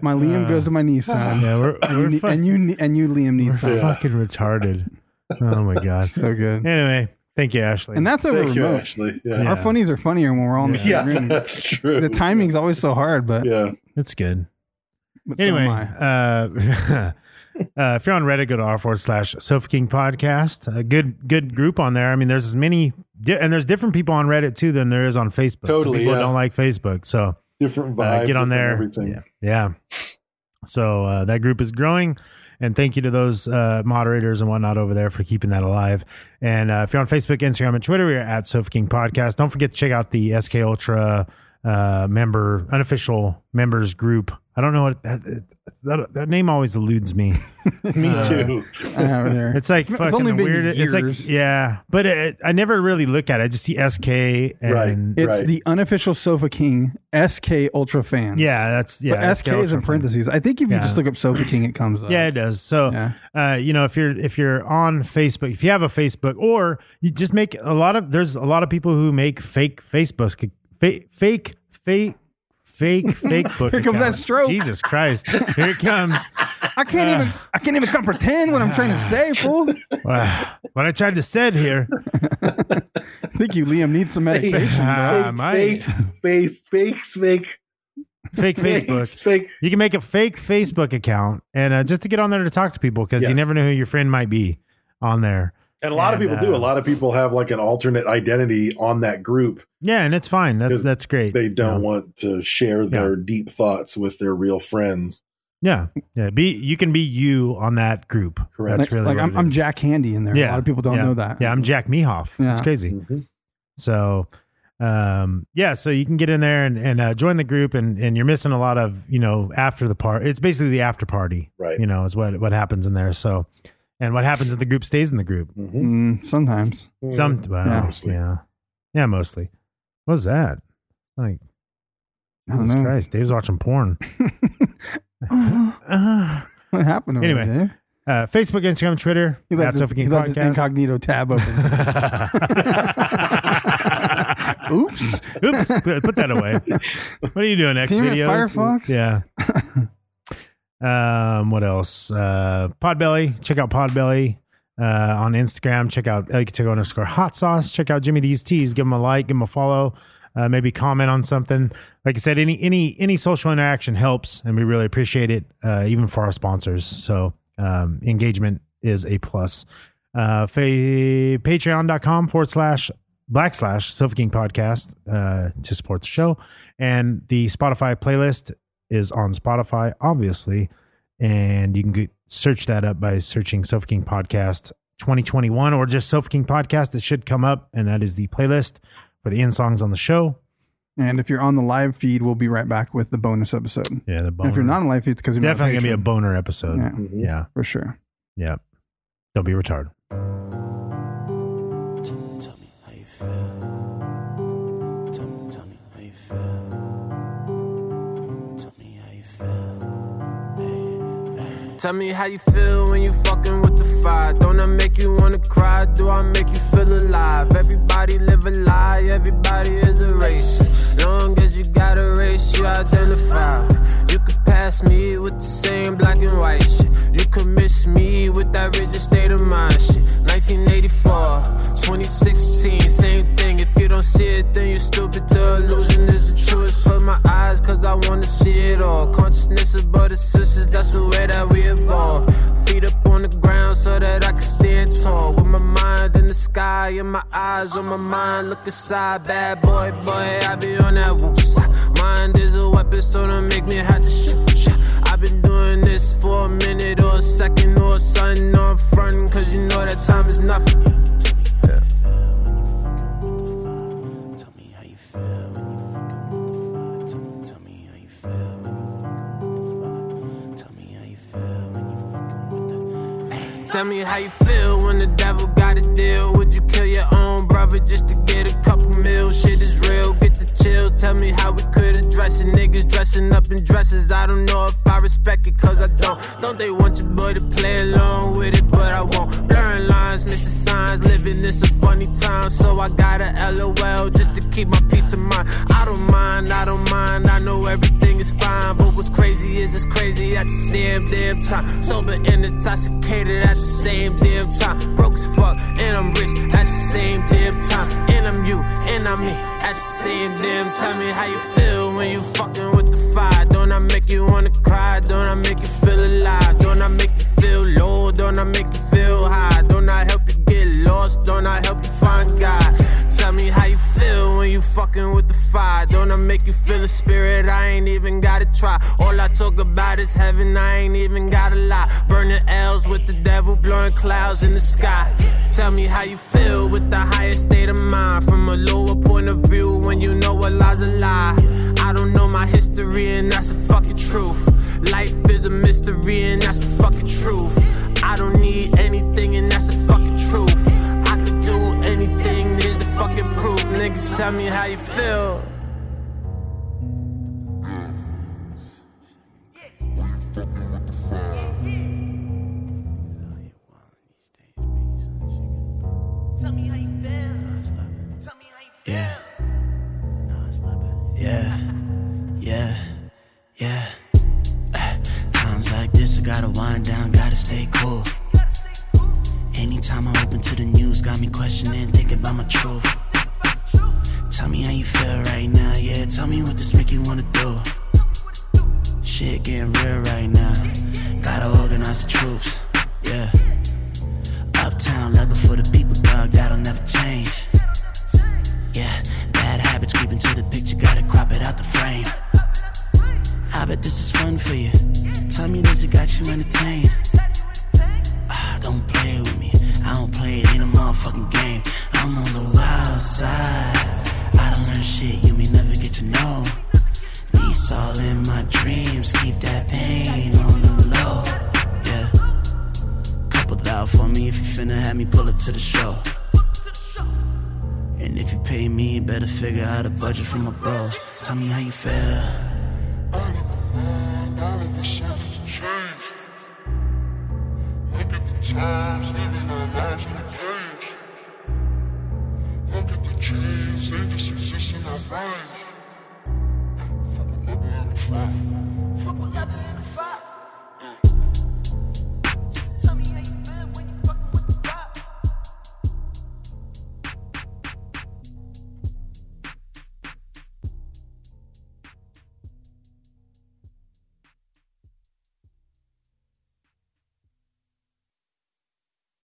S1: My Liam goes to my knee, son.
S2: we're,
S1: and, you,
S2: Uh, we're
S1: ne-
S2: fuck-
S1: and you ne- and you Liam
S2: we're
S1: needs some.
S2: fucking retarded. Oh my god.
S1: So good.
S2: Anyway, thank you, Ashley.
S1: And that's over
S3: thank you,
S1: remote.
S3: Ashley.
S2: Yeah.
S3: Yeah,
S1: Our funnies are funnier when we're all in the same
S3: yeah,
S1: room.
S3: that's true.
S1: The timing's always so hard, but,
S3: yeah.
S2: it's good.
S1: but so
S2: Anyway,
S1: am I.
S2: uh, uh, if you're on Reddit, go to r forward slash Sofa King Podcast. A good good group on there. I mean, there's as many di- and there's different people on Reddit too than there is on Facebook. Some
S3: Totally,
S2: people
S3: yeah.
S2: don't like Facebook, so
S3: different
S2: uh,
S3: vibe.
S2: get on
S3: different
S2: there.
S3: Everything.
S2: Yeah. Yeah. So uh, that group is growing. And thank you to those uh, moderators and whatnot over there for keeping that alive. And uh, if you're on Facebook, Instagram, and Twitter, we are at Sofa King Podcast. Don't forget to check out the SK Ultra uh, member, unofficial members group. I don't know what that, that, that name always eludes me.
S3: Me too.
S2: Uh,
S1: I have it here.
S2: It's like fucking
S1: only
S2: the
S1: been
S2: weird. It's
S1: years.
S2: like yeah, but it, I never really look at it. I just see SK and
S3: Right.
S1: It's
S3: Right.
S1: the unofficial Sofa King SK Ultra fan.
S2: yeah, that's yeah.
S1: but SK, is
S2: Ultra
S1: in
S2: fan.
S1: parentheses. I think if you
S2: Yeah.
S1: just look up Sofa King, it comes up.
S2: Yeah, it does. So,
S1: Yeah.
S2: uh, you know, if you're if you're on Facebook, if you have a Facebook, or you just make a lot of there's a lot of people who make fake Facebooks, fake fake fake fake fake book.
S1: Here comes that
S2: accounts.
S1: stroke.
S2: Jesus Christ! Here it comes.
S1: I can't even. I can't even comprehend what I'm trying to say, fool.
S2: Wow. what I tried to said here.
S1: I think you, Liam, needs some medication.
S2: Ah,
S3: Fake,
S2: my-
S3: fake, face, fake, fake,
S2: fake
S3: fake,
S2: Facebook.
S3: fake.
S2: You can make a fake Facebook account and uh, just to get on there to talk to people because you
S3: Yes.
S2: never know who your friend might be on there.
S3: And a lot of
S2: And,
S3: people do.
S2: uh,
S3: A lot of people have like an alternate identity on that group.
S2: Yeah, and it's fine. That's
S3: 'Cause
S2: that's great.
S3: They
S2: Yeah.
S3: don't want to share their deep thoughts with their real friends.
S2: Yeah, yeah. Be you can be you on that group.
S3: Correct.
S2: That's
S1: like,
S2: really
S1: like
S2: what
S1: I'm,
S2: it
S1: I'm
S2: is.
S1: Jack Handy in there. A
S2: Yeah,
S1: lot of people don't
S2: yeah.
S1: know that.
S2: Yeah, I'm Jack Mehoff.
S1: Yeah.
S2: It's crazy.
S3: Mm-hmm.
S2: So, um, yeah. So you can get in there and and uh, join the group, and and you're missing a lot of you know after the part. It's basically the after party,
S3: Right.
S2: You know, is what what happens in there. So, and what happens in the group stays in the group.
S1: Mm, sometimes.
S2: Some, well, yeah.
S3: Mm-hmm. Mostly.
S2: yeah, yeah, mostly. What was that? Like,
S1: I don't
S2: Jesus
S1: know.
S2: Christ, Dave's watching porn.
S1: What happened? Over
S2: Anyway,
S1: there?
S2: Uh, Facebook, Instagram, Twitter.
S1: he left
S2: at
S1: his,
S2: Sofa King
S1: he left his
S2: Podcast.
S1: incognito tab open. Oops.
S2: Oops, put put that away. What are you doing next
S1: Damn it,
S2: videos?
S1: Firefox.
S2: Yeah. um, what else? Uh, Podbelly. Check out Podbelly uh, on Instagram. Check out Elkatigo underscore hot sauce. Check out Jimmy D's Teas. Give him a like. Give him a follow. Uh, maybe comment on something. Like I said, any any any social interaction helps, and we really appreciate it, uh, even for our sponsors. So um, engagement is a plus. Uh, fa- Patreon.com forward slash black slash Sofa King podcast uh, to support the show. And the Spotify playlist is on Spotify, obviously. And you can get, search that up by searching Sofa King Podcast 2021 or just Sofa King Podcast. It should come up. And that is the playlist for the end songs on the show.
S1: And if you're on the live feed, we'll be right back with the bonus episode.
S2: Yeah, the
S1: And
S2: boner.
S1: if you're not on live feed, it's because you're not
S2: definitely going to be a
S1: patron.
S2: boner episode.
S1: Yeah.
S2: yeah.
S1: for sure.
S2: Yeah. Don't be retarded.
S4: Tell me how you feel. Tell me, tell me how you feel. Tell me how you feel. Tell me how you feel when you fucking with the fire. Don't I make you wanna cry? Do I make you feel alive? Everybody live a lie, everybody is a race.
S2: Long as you got a race you identify. You could pass me with the same black and white shit. You could miss me with that rigid state of mind shit. 1984, 2016, same thing. If you don't see it, then you stupid. The illusion is the truest. Close my eyes, cause I wanna see it all. Consciousness about the sisters, that's the way that we evolve. Feet up on the ground so that I can stand tall. With my mind in the sky and my eyes on my mind. Look aside, bad boy, boy, I be on that whoops. Mind is a weapon, so don't make me have to shoot. I've been doing this for a minute or a second or something. No, I'm frontin', cause you know that time is nothing. Yeah. Tell me how you feel when the devil got a deal. Would you kill your own brother just to get a couple mil? Shit is real, get the chill. Tell me how we could address it. Niggas dressing up in dresses. I don't know if I respect it, cause I don't. Don't they want your boy to play along with it, but I won't. Blurring lines, missing signs, living in some funny times. So I got a LOL just to keep my peace of mind. I don't mind, I don't mind. I know everything is fine, but what's crazy is it's crazy at the same damn time. Sober and intoxicated at the same damn time. Broke as fuck and I'm rich at the same damn time. And I'm you and I'm me at the same damn time. Tell me how you feel when you fucking with the fire. Don't I make you wanna cry? Don't I make you feel alive? Don't I make you feel low? Don't I make you feel high? Don't I help you get lost? Don't I help you find God? Tell me how you feel when you fucking with the fire. Don't I make you feel the spirit? I ain't even gotta try. All I talk about is heaven. I ain't even gotta lie. Burning L's with the devil, blowing clouds in the sky. Tell me how you feel with the higher state of mind. From a lower point of view, when you know a lie's a lie. I don't know my history, and that's the fucking truth. Life is a mystery, and that's the fucking truth. I don't need anything, and that's the fucking truth. I can do anything, is the fucking proof. Niggas, tell me how you feel.
S5: Tell me how you feel. Tell me how you
S2: Yeah. Yeah. Yeah. Yeah.
S5: Uh, Times like this, I gotta wind down, gotta stay cool. Anytime I'm open to the news, got me questioning, thinking about my truth. Tell me how you feel right now, yeah. Tell me what this make you wanna do. Shit getting real right now. Gotta organize the troops, yeah. Uptown level for the people, dog, that'll never change. Yeah, bad habits creep into the picture, gotta crop it out the frame. I bet this is fun for you. Tell me this, it got you entertained. Ah, don't play with me. I don't play it, ain't a motherfucking game. I'm on the wild side. I don't learn shit you may never get to know. These all in my dreams, keep that pain on the low. Yeah. Couple thou for me if you finna have me pull up to the show. And if you pay me, better figure out a budget for my bros. Tell me how you feel.
S1: Times living our lives in a cage. Look at the chains, they just exist in our mind. Fucking living in the fire. Fucking living